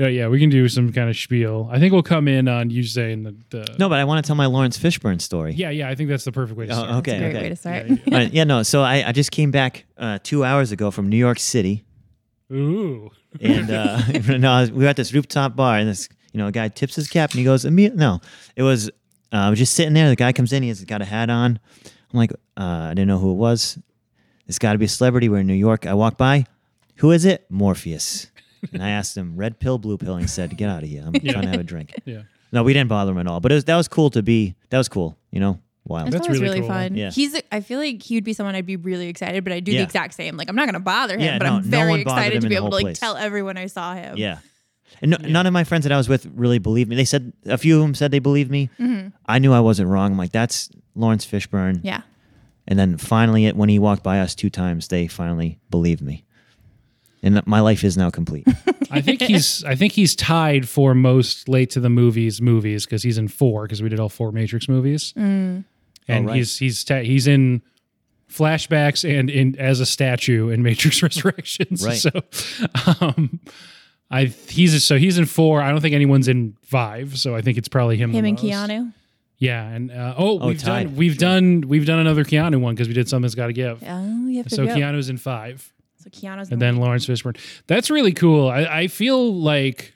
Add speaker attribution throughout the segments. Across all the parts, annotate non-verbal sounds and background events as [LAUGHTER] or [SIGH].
Speaker 1: Uh, yeah, we can do some kind of spiel. I think we'll come in on you saying the, the
Speaker 2: No, but I want to tell my Lawrence Fishburne story.
Speaker 1: Yeah, yeah, I think that's the perfect way to
Speaker 2: Oh,
Speaker 1: start.
Speaker 2: okay,
Speaker 3: That's a great
Speaker 2: okay.
Speaker 3: way to start. [LAUGHS]
Speaker 2: All right, yeah, no. So I, I just came back uh, two hours ago from New York City,
Speaker 1: Ooh. [LAUGHS]
Speaker 2: and uh, [LAUGHS] no, I was- we were at this rooftop bar, and this you know a guy tips his cap, and he goes, "Imme- "No, it was." Uh, I was just sitting there. The guy comes in. He's got a hat on. I'm like, uh, I didn't know who it was. It's got to be a celebrity. We're in New York. I walk by. Who is it? Morpheus. And I asked him, red pill, blue pill. And he said, get out of here. I'm trying to have a drink.
Speaker 1: [LAUGHS] Yeah.
Speaker 2: No, we didn't bother him at all. But it was, that was cool to be. That was cool. You know, wild.
Speaker 3: That's,
Speaker 1: That's
Speaker 3: always
Speaker 1: really
Speaker 3: really
Speaker 1: cool.
Speaker 3: fun.
Speaker 2: Yeah.
Speaker 3: He's. a- I feel like he would be someone I'd be really excited, but I do
Speaker 2: Yeah.
Speaker 3: the exact same. Like I'm not gonna bother him,
Speaker 2: Yeah,
Speaker 3: but
Speaker 2: no,
Speaker 3: I'm
Speaker 2: no
Speaker 3: very
Speaker 2: one bothered him
Speaker 3: excited to
Speaker 2: in
Speaker 3: be
Speaker 2: the
Speaker 3: able to
Speaker 2: whole
Speaker 3: like
Speaker 2: place.
Speaker 3: tell everyone I saw him.
Speaker 2: Yeah. And no, none of my friends that I was with really believed me. They said a few of them said they believed me. I knew I wasn't wrong. I'm like, that's Lawrence Fishburne.
Speaker 3: Mm-hmm. Yeah.
Speaker 2: And then finally, it when he walked by us two times, they finally believed me. And th- my life is now
Speaker 3: [LAUGHS]
Speaker 2: complete.
Speaker 1: I think he's I think he's tied for most late to the movies movies because he's in four because we did all four Matrix movies,
Speaker 3: Mm.
Speaker 1: and
Speaker 2: Oh, right.
Speaker 1: he's he's ta- he's in flashbacks and in as a statue in Matrix [LAUGHS] Resurrections.
Speaker 2: Right.
Speaker 1: So, um, I he's so he's in four. I don't think anyone's in five. So I think it's probably him.
Speaker 3: Him
Speaker 1: the
Speaker 3: and
Speaker 1: most.
Speaker 3: Keanu.
Speaker 1: Yeah, and uh, oh,
Speaker 2: Oh,
Speaker 1: we've done
Speaker 2: tied.
Speaker 1: we've done we've done another Keanu one because we did something that's got to give.
Speaker 3: Oh, you have to
Speaker 1: So
Speaker 3: go.
Speaker 1: Keanu's in five
Speaker 3: so Keanu's
Speaker 1: and
Speaker 3: gonna
Speaker 1: then Lawrence Fishburne. That's really cool. I, I feel like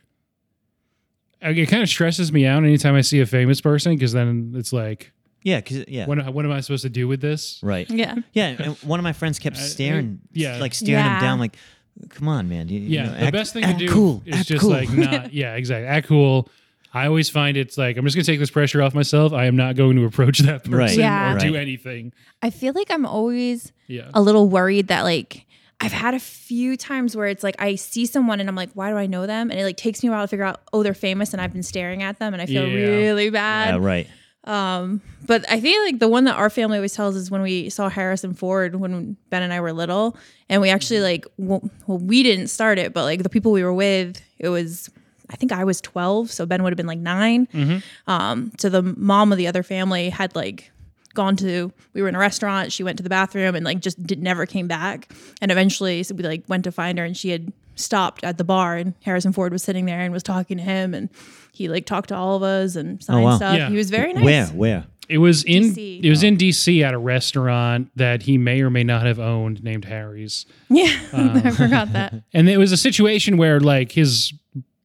Speaker 1: I- it kind of stresses me out anytime I see a famous person because then it's like,
Speaker 2: yeah, 'cause- yeah,
Speaker 1: what, what am I supposed to do with this?
Speaker 2: right.
Speaker 3: be- Yeah.
Speaker 2: Yeah, and one of my friends kept
Speaker 1: I- I-
Speaker 2: staring,
Speaker 1: yeah.
Speaker 2: like staring him
Speaker 3: Yeah.
Speaker 2: down, like, "Come on, man." You, you
Speaker 1: Yeah,
Speaker 2: know,
Speaker 1: the
Speaker 2: act-
Speaker 1: best thing
Speaker 2: act
Speaker 1: to do
Speaker 2: cool,
Speaker 1: is
Speaker 2: act
Speaker 1: just
Speaker 2: cool.
Speaker 1: like not. Yeah, exactly. Act cool. I always find it's like I'm just gonna take this pressure off myself. I am not going to approach that person
Speaker 2: Right.
Speaker 3: Yeah.
Speaker 1: or do
Speaker 2: Right.
Speaker 1: anything.
Speaker 3: I feel like I'm always
Speaker 1: Yeah,
Speaker 3: a little worried that like I've had a few times where it's like I see someone and I'm like, why do I know them? And it like takes me a while to figure out, oh, they're famous and I've been staring at them and I feel
Speaker 1: Yeah.
Speaker 3: really bad.
Speaker 2: [LAUGHS] yeah, right.
Speaker 3: Um, but I think like the one that our family always tells is when we saw Harrison Ford when Ben and I were little, and we actually like well, well we didn't start it, but like the people we were with, it was I think I was twelve, so Ben would have been like 9 Um, so the mom of the other family had like gone to we were in a restaurant, she went to the bathroom and like just did never came back, and eventually so we like went to find her and she had stopped at the bar and Harrison Ford was sitting there and was talking to him and he like talked to all of us and signed
Speaker 2: wow.
Speaker 3: stuff.
Speaker 1: Yeah.
Speaker 3: He was very nice.
Speaker 2: Where, where?
Speaker 1: it was in
Speaker 3: DC.
Speaker 1: it
Speaker 2: Oh.
Speaker 1: was in D.C. at a restaurant that he may or may not have owned named Harry's.
Speaker 3: Yeah, [LAUGHS] I
Speaker 1: Um, [LAUGHS]
Speaker 3: forgot that.
Speaker 1: And it was a situation where like his,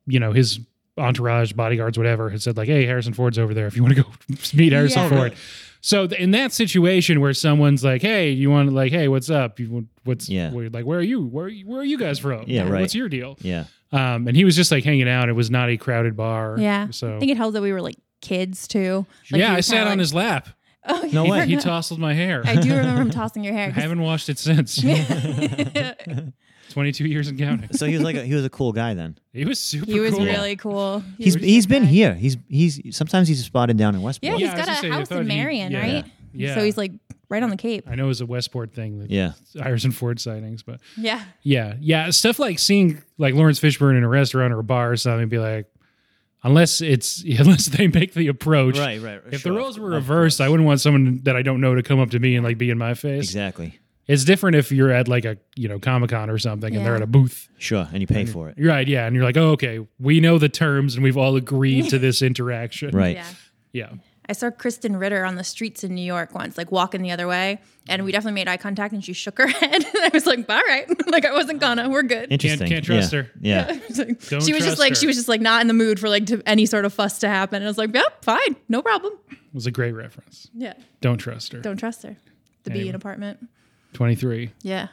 Speaker 1: you know, his entourage, bodyguards, whatever, had said like, "Hey, Harrison Ford's over there. If you want to go [LAUGHS] meet Harrison
Speaker 3: Yeah.
Speaker 1: Ford." So th- in that situation where someone's like, "Hey, you want to like, hey, what's up? You want what's
Speaker 2: Yeah.
Speaker 1: where- like, where are you? Where are you, where are you guys from?
Speaker 2: Yeah,
Speaker 1: Like,
Speaker 2: right.
Speaker 1: What's your deal?"
Speaker 2: Yeah,
Speaker 1: Um, and he was just like hanging out. It was not a crowded bar.
Speaker 3: Yeah,
Speaker 1: So
Speaker 3: I think it helps that we were like kids too. Like,
Speaker 1: yeah,
Speaker 3: he
Speaker 1: I
Speaker 3: was
Speaker 1: sat
Speaker 3: kinda
Speaker 1: on
Speaker 3: like-
Speaker 1: his lap.
Speaker 3: [LAUGHS] Oh, yeah,
Speaker 2: No
Speaker 3: I
Speaker 2: way.
Speaker 1: He
Speaker 3: forgot.
Speaker 1: tousled my hair.
Speaker 3: [LAUGHS] I do remember him tossing
Speaker 1: [LAUGHS]
Speaker 3: your
Speaker 1: I [LAUGHS]
Speaker 3: hair. 'cause-
Speaker 1: haven't washed it since. [LAUGHS]
Speaker 3: [LAUGHS] Yeah.
Speaker 1: Twenty two years and
Speaker 2: [LAUGHS]
Speaker 1: counting.
Speaker 2: so he was like a, he was a cool guy then.
Speaker 1: He was super.
Speaker 3: he was
Speaker 1: cool.
Speaker 3: really cool. He
Speaker 2: He's
Speaker 3: was
Speaker 2: he's been
Speaker 3: good.
Speaker 2: here. He's he's sometimes he's spotted down in
Speaker 3: Yeah,
Speaker 2: Westport.
Speaker 1: Yeah, I
Speaker 3: he's
Speaker 1: was
Speaker 3: got a
Speaker 1: gonna say, I
Speaker 3: house
Speaker 1: thought
Speaker 3: in
Speaker 1: he-
Speaker 3: Marion,
Speaker 1: yeah.
Speaker 3: right?
Speaker 1: Yeah.
Speaker 3: So he's like right on the Cape.
Speaker 1: I know it was a Westport thing. That
Speaker 2: Yeah.
Speaker 1: Harrison Ford sightings, but
Speaker 3: Yeah,
Speaker 1: yeah, yeah, stuff like seeing like Lawrence Fishburne in a restaurant or a bar or something, be like, unless it's [LAUGHS] unless they make the approach,
Speaker 2: Right, right.
Speaker 1: If
Speaker 2: sure,
Speaker 1: the roles were
Speaker 2: of
Speaker 1: reversed, I
Speaker 2: course.
Speaker 1: wouldn't want someone that I don't know to come up to me and like be in my face.
Speaker 2: exactly
Speaker 1: It's different if you're at like a you know Comic Con or something and they're
Speaker 3: Yeah.
Speaker 1: at a booth.
Speaker 2: sure, and you pay for it.
Speaker 1: You're right, yeah, and you're like, oh, okay, we know the terms and we've all agreed
Speaker 3: [LAUGHS]
Speaker 1: to this interaction.
Speaker 2: Right.
Speaker 3: yeah.
Speaker 1: Yeah.
Speaker 3: I saw Kristen Ritter on the streets in New York once, like walking the other way, and we definitely made eye contact, and she shook her [LAUGHS] head, and I was like, "All right," [LAUGHS] like I wasn't gonna. We're good. [LAUGHS]
Speaker 2: Interesting.
Speaker 1: can't trust
Speaker 2: yeah.
Speaker 1: her.
Speaker 2: Yeah.
Speaker 3: I was like-
Speaker 1: Don't
Speaker 3: she was
Speaker 1: trust
Speaker 3: just like
Speaker 1: her.
Speaker 3: she was just like not in the mood for like to, any sort of fuss to happen. And I was like, yep, fine, no problem.
Speaker 1: It was a great reference.
Speaker 3: Yeah,
Speaker 1: Don't trust her.
Speaker 3: don't trust her. The
Speaker 1: Anyway.
Speaker 3: B in apartment.
Speaker 1: Twenty three.
Speaker 3: Yeah,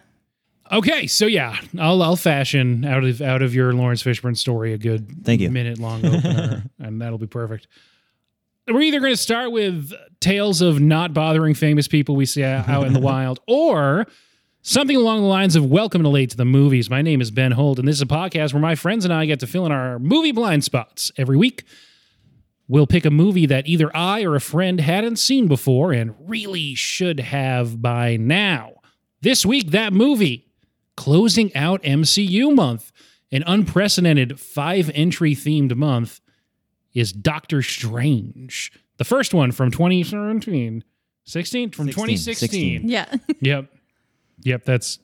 Speaker 1: Okay, so yeah, I'll I'll fashion out of out of your Lawrence Fishburne story a good
Speaker 2: Thank you.
Speaker 1: minute long opener, and that'll be perfect. We're either going to start with tales of not bothering famous people we see out in the wild, or something along the lines of "Welcome to Late to the Movies." My name is Ben Holt, and this is a podcast where my friends and I get to fill in our movie blind spots every week. We'll pick a movie that either I or a friend hadn't seen before and really should have by now. This week, that movie, closing out MCU month, an unprecedented five entry themed month, is Doctor Strange. The first one from 2017, 16, from
Speaker 2: 16,
Speaker 3: [LAUGHS]
Speaker 1: 2016.
Speaker 3: yeah.
Speaker 1: Yep. Yep. That's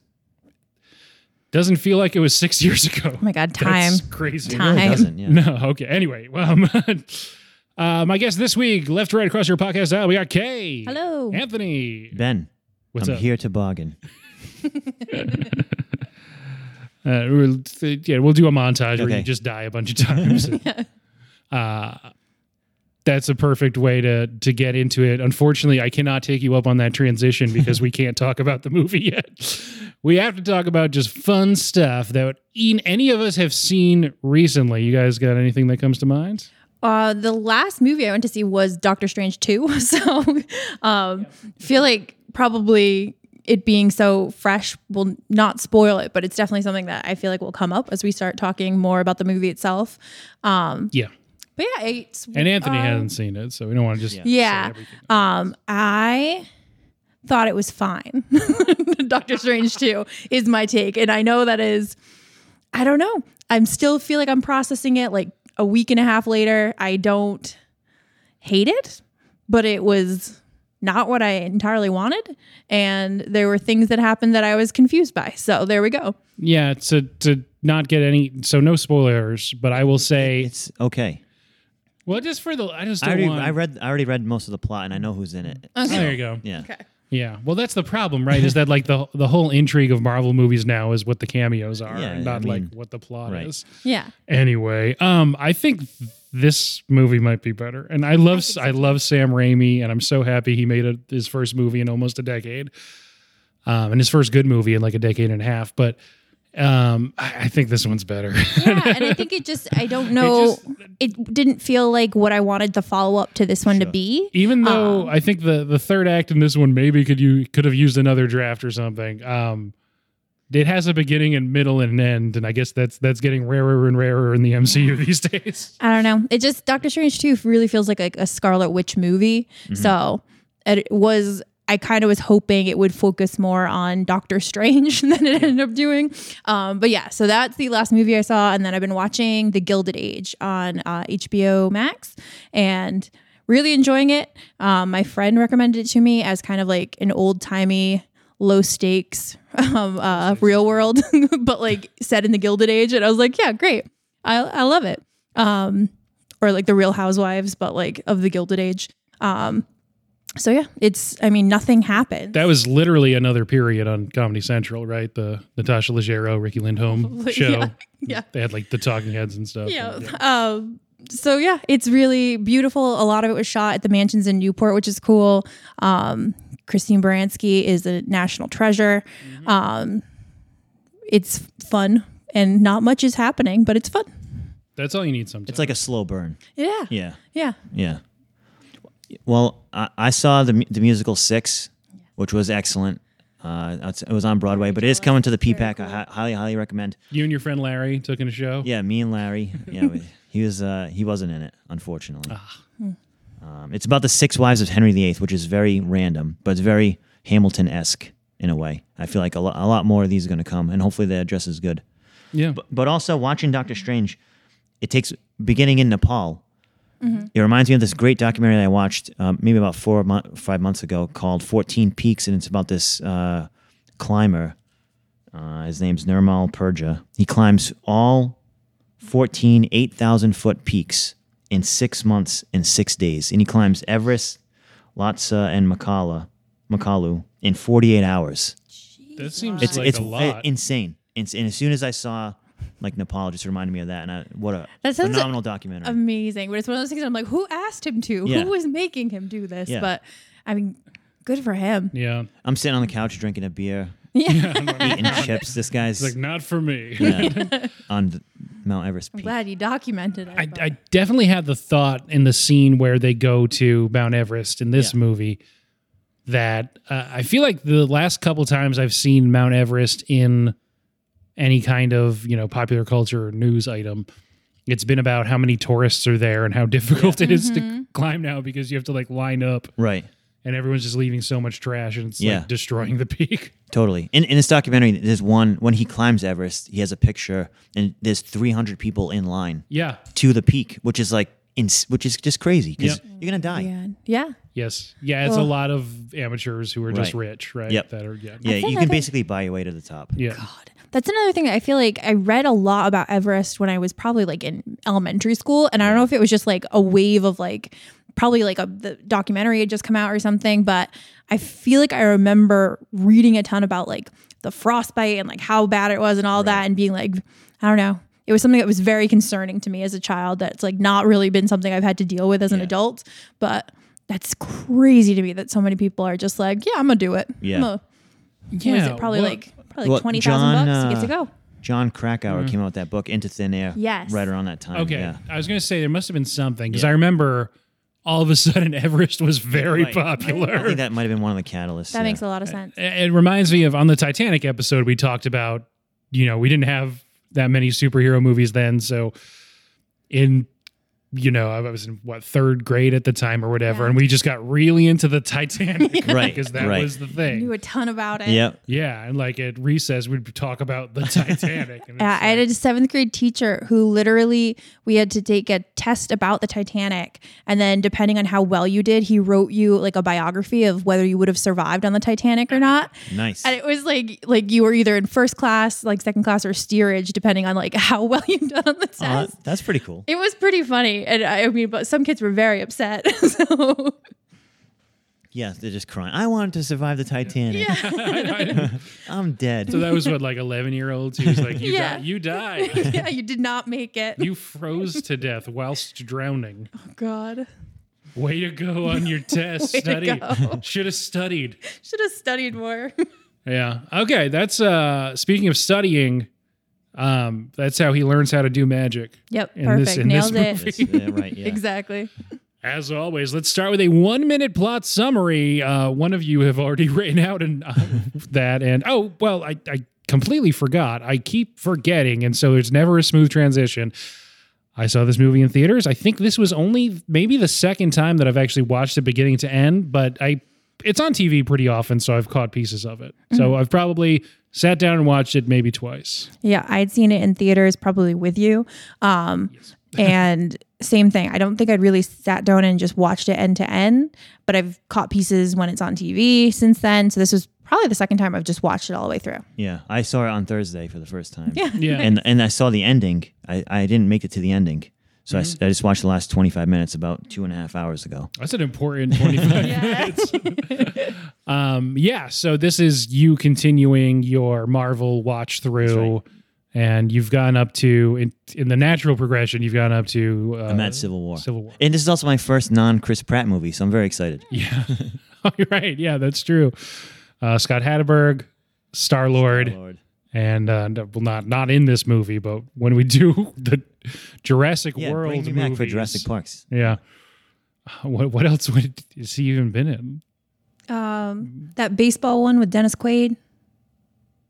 Speaker 1: Doesn't feel like it was six years ago.
Speaker 3: Oh my God, time.
Speaker 1: That's crazy.
Speaker 3: Time.
Speaker 2: Doesn't yeah.
Speaker 1: No, okay. Anyway, well, [LAUGHS] um, um, I guess this week, left to right across your podcast aisle, we got Kay.
Speaker 3: Hello.
Speaker 1: Anthony.
Speaker 2: Ben,
Speaker 1: What's
Speaker 2: I'm
Speaker 1: up?
Speaker 2: here toboggan.
Speaker 1: Uh, we'll, th- yeah, we'll do a montage where you
Speaker 2: Okay.
Speaker 1: just die a bunch of [LAUGHS] times. uh, that's a perfect way to to get into it. Unfortunately, I cannot take you up on that transition because
Speaker 2: [LAUGHS]
Speaker 1: we can't talk about the movie yet. We have to talk about just fun stuff that e- any of us have seen recently. You guys got anything that comes to mind?
Speaker 3: Uh, the last movie I went to see was Doctor Strange 2. [LAUGHS] So um, feel like probably it being so fresh will not spoil it, but it's definitely something that I feel like will come up as we start talking more about the movie itself. Um,
Speaker 1: Yeah,
Speaker 3: but yeah, it's,
Speaker 1: and Anthony
Speaker 3: um,
Speaker 1: hasn't seen it, so we don't want to just say
Speaker 3: Yeah.
Speaker 1: everything.
Speaker 3: Um, I thought it was fine. [LAUGHS] Doctor [LAUGHS] Strange 2 is my take. And I know that is, I don't know. I'm still feel like I'm processing it like a week and a half later. I don't hate it, but it was not what I entirely wanted. And there were things that happened that I was confused by. So there we go.
Speaker 1: Yeah, to to not get any so no spoilers, but I will say
Speaker 2: It's okay.
Speaker 1: well just for the I just
Speaker 2: I
Speaker 1: don't
Speaker 2: already,
Speaker 1: want
Speaker 2: I read. I already read most of the plot, and I know who's in it.
Speaker 1: Oh, there you go.
Speaker 2: Yeah.
Speaker 3: Okay.
Speaker 1: Yeah. Well, that's the problem, right? Is that like the the whole intrigue of Marvel movies now is what the cameos are,
Speaker 2: Yeah,
Speaker 1: and not
Speaker 2: I mean,
Speaker 1: like what the plot
Speaker 2: right.
Speaker 1: is.
Speaker 3: Yeah.
Speaker 1: Anyway, um, I think this movie might be better, and I love I, love Sam Raimi, and I'm so happy he made a, his first movie in almost a decade, um, and his first good movie in like a decade and a half. But um, I, I think this one's better. [LAUGHS]
Speaker 3: yeah, and I think [LAUGHS] it just I don't know
Speaker 1: just-
Speaker 3: it, didn't feel like what I wanted the follow up to this one to be.
Speaker 1: even though I think the the third act in this one maybe could you could have used another draft or something. Um, it has a beginning and middle and an end, and I guess that's that's getting rarer and rarer in the MCU [LAUGHS] these days.
Speaker 3: I don't know. It just Doctor Strange 2 really feels like a, a Scarlet Witch movie. So it was I kind of was hoping it would focus more on Doctor Strange [LAUGHS] than it ended up doing. Um, but yeah, so that's the last movie I saw, and then I've been watching The Gilded Age on uh, HBO Max, and really enjoying it. Um, my friend recommended it to me as kind of like an old timey, low stakes, [LAUGHS] um, uh, real world, [LAUGHS] but like set in the Gilded Age. And I was like, yeah, great. I, I love it. Um, or like the Real Housewives, but like of the Gilded Age. Um, so yeah, it's, I mean, nothing happened.
Speaker 1: That was literally another period on Comedy Central, right? The Natasha Leggero, Ricky Lindholm
Speaker 3: Like,
Speaker 1: show.
Speaker 3: [LAUGHS] [LAUGHS] yeah, yeah.
Speaker 1: They had like the Talking Heads and stuff.
Speaker 3: yeah. Um, so yeah, it's really beautiful. A lot of it was shot at the mansions in Newport, which is cool. Um, Christine Baranski is a national treasure. Um, it's fun and not much is happening, but it's fun.
Speaker 1: that's all you need. Sometimes
Speaker 2: It's like a slow burn.
Speaker 3: Yeah. Yeah.
Speaker 2: Yeah. Yeah. Well, I, I saw the mu- the musical Six, which was excellent. Uh, it's- it was on Broadway, but it is coming to the PPAC. I hi- highly, highly recommend.
Speaker 1: you and your friend Larry took in a show.
Speaker 2: Yeah, me and Larry. Yeah, we, he was. Uh, he wasn't in it, unfortunately. Um, it's about the six wives of Henry VIII, which is very random, but it's very Hamilton esque in a way. I feel like a, lo- a lot more of these are going to come, and hopefully the address is good.
Speaker 1: yeah.
Speaker 2: But also watching Doctor Strange, it takes beginning in Nepal. It reminds me of this great documentary that I watched um, maybe about four mon- five months ago called 14 Peaks, and it's about this uh, climber. Uh, his name's Nirmal Purja. He climbs all 14 8,000 foot peaks in six months and six days. And he climbs Everest, Lhasa, and Makala, Makalu in 48 hours.
Speaker 1: that seems
Speaker 2: It's,
Speaker 1: like
Speaker 2: it's
Speaker 1: a lot.
Speaker 2: insane. It's, and as soon as I saw like Nepal, it just reminded me of that. And I, what a
Speaker 3: That sounds
Speaker 2: phenomenal documentary.
Speaker 3: Amazing. But it's one of those things I'm like, who asked him to?
Speaker 2: Yeah.
Speaker 3: Who was making him do this?
Speaker 2: Yeah.
Speaker 3: But I mean, good for him. [LAUGHS]
Speaker 1: yeah. [LAUGHS]
Speaker 2: I'm sitting on the couch drinking a beer,
Speaker 3: Yeah. [LAUGHS]
Speaker 2: eating chips. This guy's
Speaker 1: Like not for me.
Speaker 2: yeah, on the Mount Everest
Speaker 3: I'm
Speaker 2: peak.
Speaker 3: glad you documented it.
Speaker 1: I,
Speaker 3: but-
Speaker 1: I definitely had the thought in the scene where they go to Mount Everest in this
Speaker 2: Yeah.
Speaker 1: movie that uh, I feel like the last couple times I've seen Mount Everest in any kind of you know popular culture or news item, it's been about how many tourists are there and how [LAUGHS] difficult it is to climb now because you have to like line up
Speaker 2: Right.
Speaker 1: and everyone's just leaving so much trash and it's
Speaker 2: Yeah.
Speaker 1: like destroying the [LAUGHS] peak.
Speaker 2: Totally. In, in this documentary, there's one when he climbs Everest, he has a picture, and there's 300 people in line
Speaker 1: Yeah.
Speaker 2: to the peak, which is like, ins- which is just crazy because
Speaker 1: Yep.
Speaker 2: you're gonna die.
Speaker 3: yeah. Yeah.
Speaker 1: Yes. Yeah. It's a
Speaker 3: Well-
Speaker 1: lot of amateurs who are just
Speaker 2: Right.
Speaker 1: rich, right?
Speaker 2: Yep.
Speaker 1: That are yeah.
Speaker 2: Yeah,
Speaker 3: think
Speaker 2: you
Speaker 3: I
Speaker 2: can
Speaker 3: think-
Speaker 2: basically buy your way to the top.
Speaker 1: Yeah.
Speaker 3: God. That's another thing I feel like I read a lot about Everest when I was probably like in elementary school. And I don't know if it was just like a wave of like probably like a the documentary had just come out or something, but I feel like I remember reading a ton about like the frostbite and like how bad it was and all that and being like, I don't know. It was something that was very concerning to me as a child that's like not really been something I've had to deal with as an adult. But that's crazy to me that so many people are just like, yeah, I'm gonna do it. I'm
Speaker 2: Yeah.
Speaker 3: gonna-
Speaker 1: Yeah,
Speaker 3: what is it? Probably
Speaker 1: well,
Speaker 3: like probably
Speaker 2: well,
Speaker 3: like twenty thousand bucks
Speaker 2: John,
Speaker 3: to get to
Speaker 2: uh,
Speaker 3: go.
Speaker 2: John Krakauer came out with that book Into Thin Air.
Speaker 3: Yes.
Speaker 2: Right around that time.
Speaker 1: Mm-hmm. Okay,
Speaker 2: Yeah.
Speaker 1: I was gonna say there must have been something because I remember all of a [LAUGHS] sudden Everest was very
Speaker 2: Right. I
Speaker 1: popular. [LAUGHS]
Speaker 2: think that might have been one of the catalysts.
Speaker 3: That
Speaker 2: yeah.
Speaker 3: makes a lot of sense.
Speaker 1: It it reminds me of on the Titanic episode we talked about. You know, we didn't have that many superhero movies then, so in you know I was in what third grade at the time or whatever,
Speaker 3: Yeah.
Speaker 1: and we just got really into the Titanic
Speaker 2: [LAUGHS] Right,
Speaker 1: because that
Speaker 2: right.
Speaker 1: was the
Speaker 3: I
Speaker 1: thing.
Speaker 3: knew a ton about it.
Speaker 2: Yep.
Speaker 1: Yeah, and like at recess we'd talk about
Speaker 2: [LAUGHS]
Speaker 1: the Titanic. And it's [LAUGHS]
Speaker 3: Yeah, I had
Speaker 1: like-
Speaker 3: a seventh grade teacher who literally we had to take a test about the Titanic, and then depending on how well you did, he wrote you like a biography of whether you would have survived on the Titanic or not.
Speaker 2: Nice.
Speaker 3: And it was like like you were either in first class, like second class, or steerage, depending on like [LAUGHS] how well you done on the test.
Speaker 2: Aw, Uh, that's pretty cool.
Speaker 3: It was pretty funny, and I I mean, but some kids were very upset. [LAUGHS] So
Speaker 2: Yes, they're just crying. I wanted to survive the Titanic. I'm dead.
Speaker 1: So that was what like eleven year olds. He was like,
Speaker 3: [LAUGHS]
Speaker 1: "You
Speaker 3: Yeah.
Speaker 1: died. You
Speaker 3: [LAUGHS]
Speaker 1: died.
Speaker 3: yeah, you did not make it.
Speaker 1: You froze to death whilst drowning.
Speaker 3: Oh, God.
Speaker 1: Way to go on your test.
Speaker 3: [LAUGHS] Way to
Speaker 1: Study.
Speaker 3: go.
Speaker 1: Should have studied.
Speaker 3: Should have studied more.
Speaker 1: Yeah. Okay. That's uh. Speaking of studying, um, that's how he learns how to do magic.
Speaker 3: [LAUGHS] Yep,
Speaker 1: In
Speaker 3: perfect.
Speaker 1: this- in this
Speaker 3: Nailed it.
Speaker 2: That's- yeah, right. Yeah.
Speaker 3: [LAUGHS] Exactly.
Speaker 1: As always, let's start with a one minute plot summary. Uh, one of you have already [LAUGHS] written out and uh, that, and oh well, I, I completely forgot. I keep forgetting, and so there's never a smooth transition. I saw this movie in theaters. I think this was only maybe the second time that I've actually watched it beginning to end, but I it's on TV pretty often, so I've caught pieces of it. So I've probably sat down and watched it maybe twice.
Speaker 3: Yeah, I'd seen it in theaters probably with you. Um, [LAUGHS] and same thing. I don't think I'd really sat down and just watched it end to end, but I've caught pieces when it's on TV since then. So this was probably the second time I've just watched it all the way through.
Speaker 2: Yeah. I saw it on Thursday for the first time.
Speaker 3: Yeah.
Speaker 1: Yeah.
Speaker 2: And and I saw the ending. I, I didn't make it to the ending. So I s I I, just watched the last 25 minutes about two and a half hours ago.
Speaker 1: That's an important 25 minutes. um, yeah, so this is you continuing your Marvel watch through. And you've gone up to, in, in the natural progression, you've gone up to uh,
Speaker 2: I'm at Civil War.
Speaker 1: Civil
Speaker 2: [LAUGHS]
Speaker 1: War.
Speaker 2: And this is also my first non Chris Pratt movie, so I'm very excited.
Speaker 1: Yeah. [LAUGHS] You're right. Yeah, that's true. Uh, Scott Hatterberg, Star Lord,
Speaker 2: Lord.
Speaker 1: and uh, no- well, not not in this movie, but when we do [LAUGHS] the Jurassic
Speaker 2: Yeah,
Speaker 1: World
Speaker 2: bring me
Speaker 1: movies,
Speaker 2: back for Jurassic Parks.
Speaker 1: Yeah. What what else would has he even been in?
Speaker 3: [LAUGHS] Um, that baseball one with Dennis Quaid,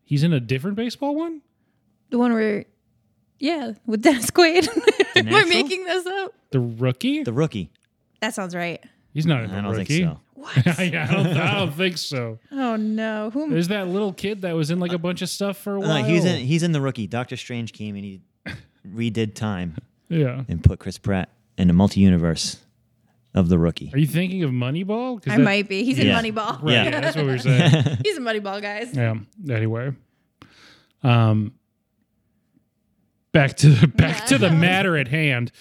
Speaker 1: He's in a different baseball one.
Speaker 3: the one where, yeah, with Dennis Quaid. [LAUGHS] Am I
Speaker 2: Natural?
Speaker 3: making this up?
Speaker 1: The rookie?
Speaker 2: The Rookie.
Speaker 3: That sounds right.
Speaker 1: He's not in
Speaker 2: I
Speaker 1: the
Speaker 2: don't
Speaker 1: rookie.
Speaker 2: think so.
Speaker 1: [LAUGHS]
Speaker 3: What?
Speaker 1: yeah, I don't, I
Speaker 3: [LAUGHS]
Speaker 1: don't think so.
Speaker 3: oh no. Who? am-
Speaker 1: There's that little kid that was in like a bunch of stuff for a
Speaker 2: No,
Speaker 1: while.
Speaker 2: Uh, he's in he's in the rookie. Doctor Strange came and he redid time
Speaker 1: Yeah.
Speaker 2: and put Chris Pratt in a multi universe of the rookie.
Speaker 1: Are you thinking of Moneyball? 'Cause
Speaker 3: I
Speaker 1: that-
Speaker 3: might be. He's in
Speaker 2: Yeah.
Speaker 3: Moneyball.
Speaker 1: Right,
Speaker 2: Yeah.
Speaker 1: yeah, that's what we were saying.
Speaker 3: [LAUGHS]
Speaker 2: [LAUGHS]
Speaker 3: He's in Moneyball, guys.
Speaker 1: Yeah. Anyway, um, back to back to the [LAUGHS] matter at hand.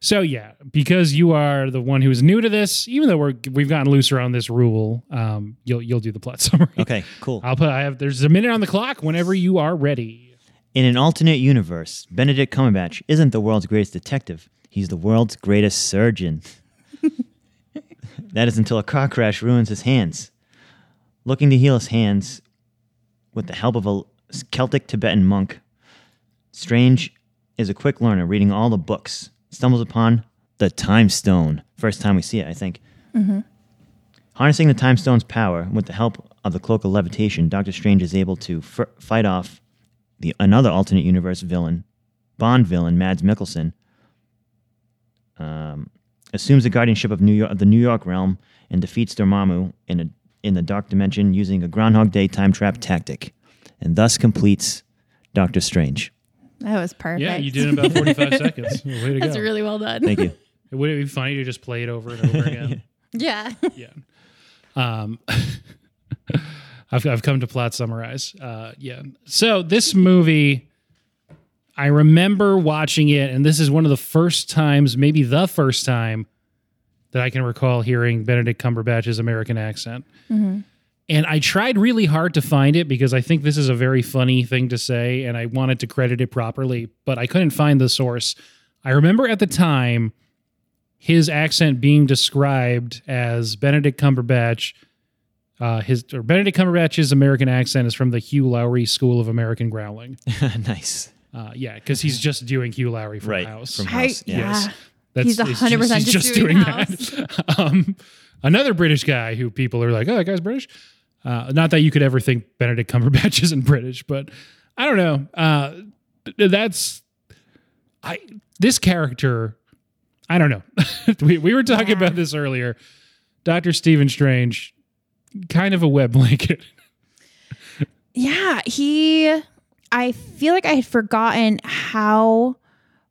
Speaker 1: So yeah, because you are the one who is new to this, even though we're we've gotten looser on this rule, um, you'll you'll do the plot [LAUGHS] summary.
Speaker 2: Okay, cool.
Speaker 1: I'll put I have there's a minute on the clock whenever you are ready.
Speaker 2: In an alternate universe, Benedict Cumberbatch isn't the world's greatest detective. He's the world's greatest surgeon. [LAUGHS] that is until a car crash ruins his hands. Looking to heal his hands with the help of a Celtic Tibetan monk, Strange is a quick learner, reading all the books, stumbles upon the Time Stone. First time we see it, I think. Harnessing the Time Stone's power with the help of the Cloak of Levitation, Doctor Strange is able to f- fight off the another alternate universe villain, Bond villain Mads Mikkelsen, um, assumes the guardianship of New York, of the New York realm, and defeats Dormammu in a in the dark dimension using a Groundhog Day time trap tactic, and thus completes Doctor Strange.
Speaker 3: That was perfect.
Speaker 1: Yeah, you
Speaker 3: [LAUGHS]
Speaker 1: did in about 45 seconds. Way to
Speaker 3: That's
Speaker 1: go.
Speaker 3: really well done. [LAUGHS]
Speaker 2: Thank you. [LAUGHS]
Speaker 1: it would it be funny to just play it over and over again?
Speaker 3: Yeah.
Speaker 1: yeah. Um, I've, I've come to plot summarize. Uh, yeah. So this movie, I remember watching it, and this is one of the first times, maybe the first time, that I can recall hearing Benedict Cumberbatch's American accent. And I tried really hard to find it because I think this is a very funny thing to say, and I wanted to credit it properly, but I couldn't find the source. I remember at the time his accent being described as Benedict Cumberbatch. Uh, his or Benedict Cumberbatch's American accent is from the Hugh Lowry School of American
Speaker 2: [LAUGHS]
Speaker 1: Growling.
Speaker 2: nice.
Speaker 1: Uh, yeah, because he's just doing Hugh Lowry from
Speaker 2: Right,
Speaker 1: House.
Speaker 2: from-
Speaker 3: I,
Speaker 2: House, yes.
Speaker 3: yeah. He's 100% just doing
Speaker 1: that. [LAUGHS] um, another British guy who people are like, oh, that guy's British. Uh, not that you could ever think Benedict Cumberbatch [LAUGHS] isn't British, but I don't know. Uh, th- that's I this character. I don't know. [LAUGHS] we we were talking
Speaker 3: Yeah.
Speaker 1: about this earlier. Doctor Stephen Strange, kind of a web blanket.
Speaker 3: Yeah, he. I feel like I had forgotten how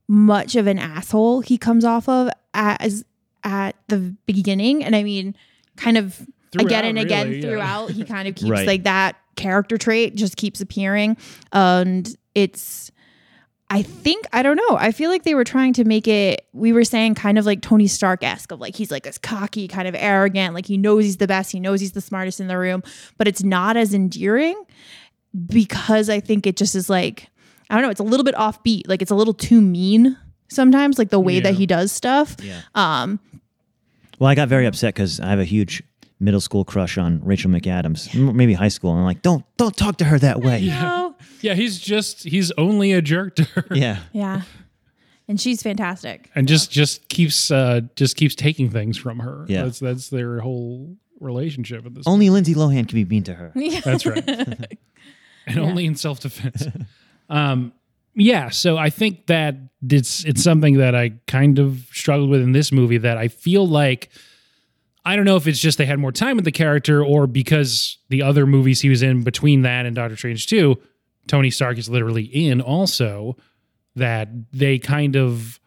Speaker 3: much of an asshole he comes off of as at the beginning, and I mean, kind of again
Speaker 1: Throughout,
Speaker 3: and again
Speaker 1: really, yeah.
Speaker 3: throughout. He
Speaker 1: [LAUGHS]
Speaker 3: kind of keeps
Speaker 2: Right.
Speaker 3: like that character trait just keeps appearing, and it's. I think I don't know. I feel like they were trying to make it. We were saying kind of like Tony Stark esque of like he's like this cocky, kind of arrogant, like he knows he's the best, he knows he's the smartest in the room, but it's not as endearing because I think it just is like I don't know, it's a little bit offbeat. Like it's a little too mean sometimes, like the way that
Speaker 1: Yeah.
Speaker 3: he does stuff.
Speaker 2: Yeah.
Speaker 3: Um,
Speaker 2: Well, I got very upset because I have a huge middle school crush on Rachel McAdams, m- maybe high school. And I'm like, don't don't talk to her that way.
Speaker 3: you know?
Speaker 1: Yeah, he's just he's only a jerk to her.
Speaker 2: Yeah.
Speaker 3: yeah. And she's fantastic.
Speaker 1: [LAUGHS]
Speaker 3: [LAUGHS]
Speaker 1: and just just keeps uh just keeps taking things from her.
Speaker 2: Yeah.
Speaker 1: that's that's their whole relationship at this.
Speaker 2: Only Lindsay Lohan can be mean to her.
Speaker 1: That's right, and only in self defense. um, yeah, so I think that it's it's something that I kind of struggled with in this movie that I feel like. I don't know if it's just they had more time with the character or because the other movies he was in between that and Doctor Strange 2, Tony Stark is literally in also, that they kind of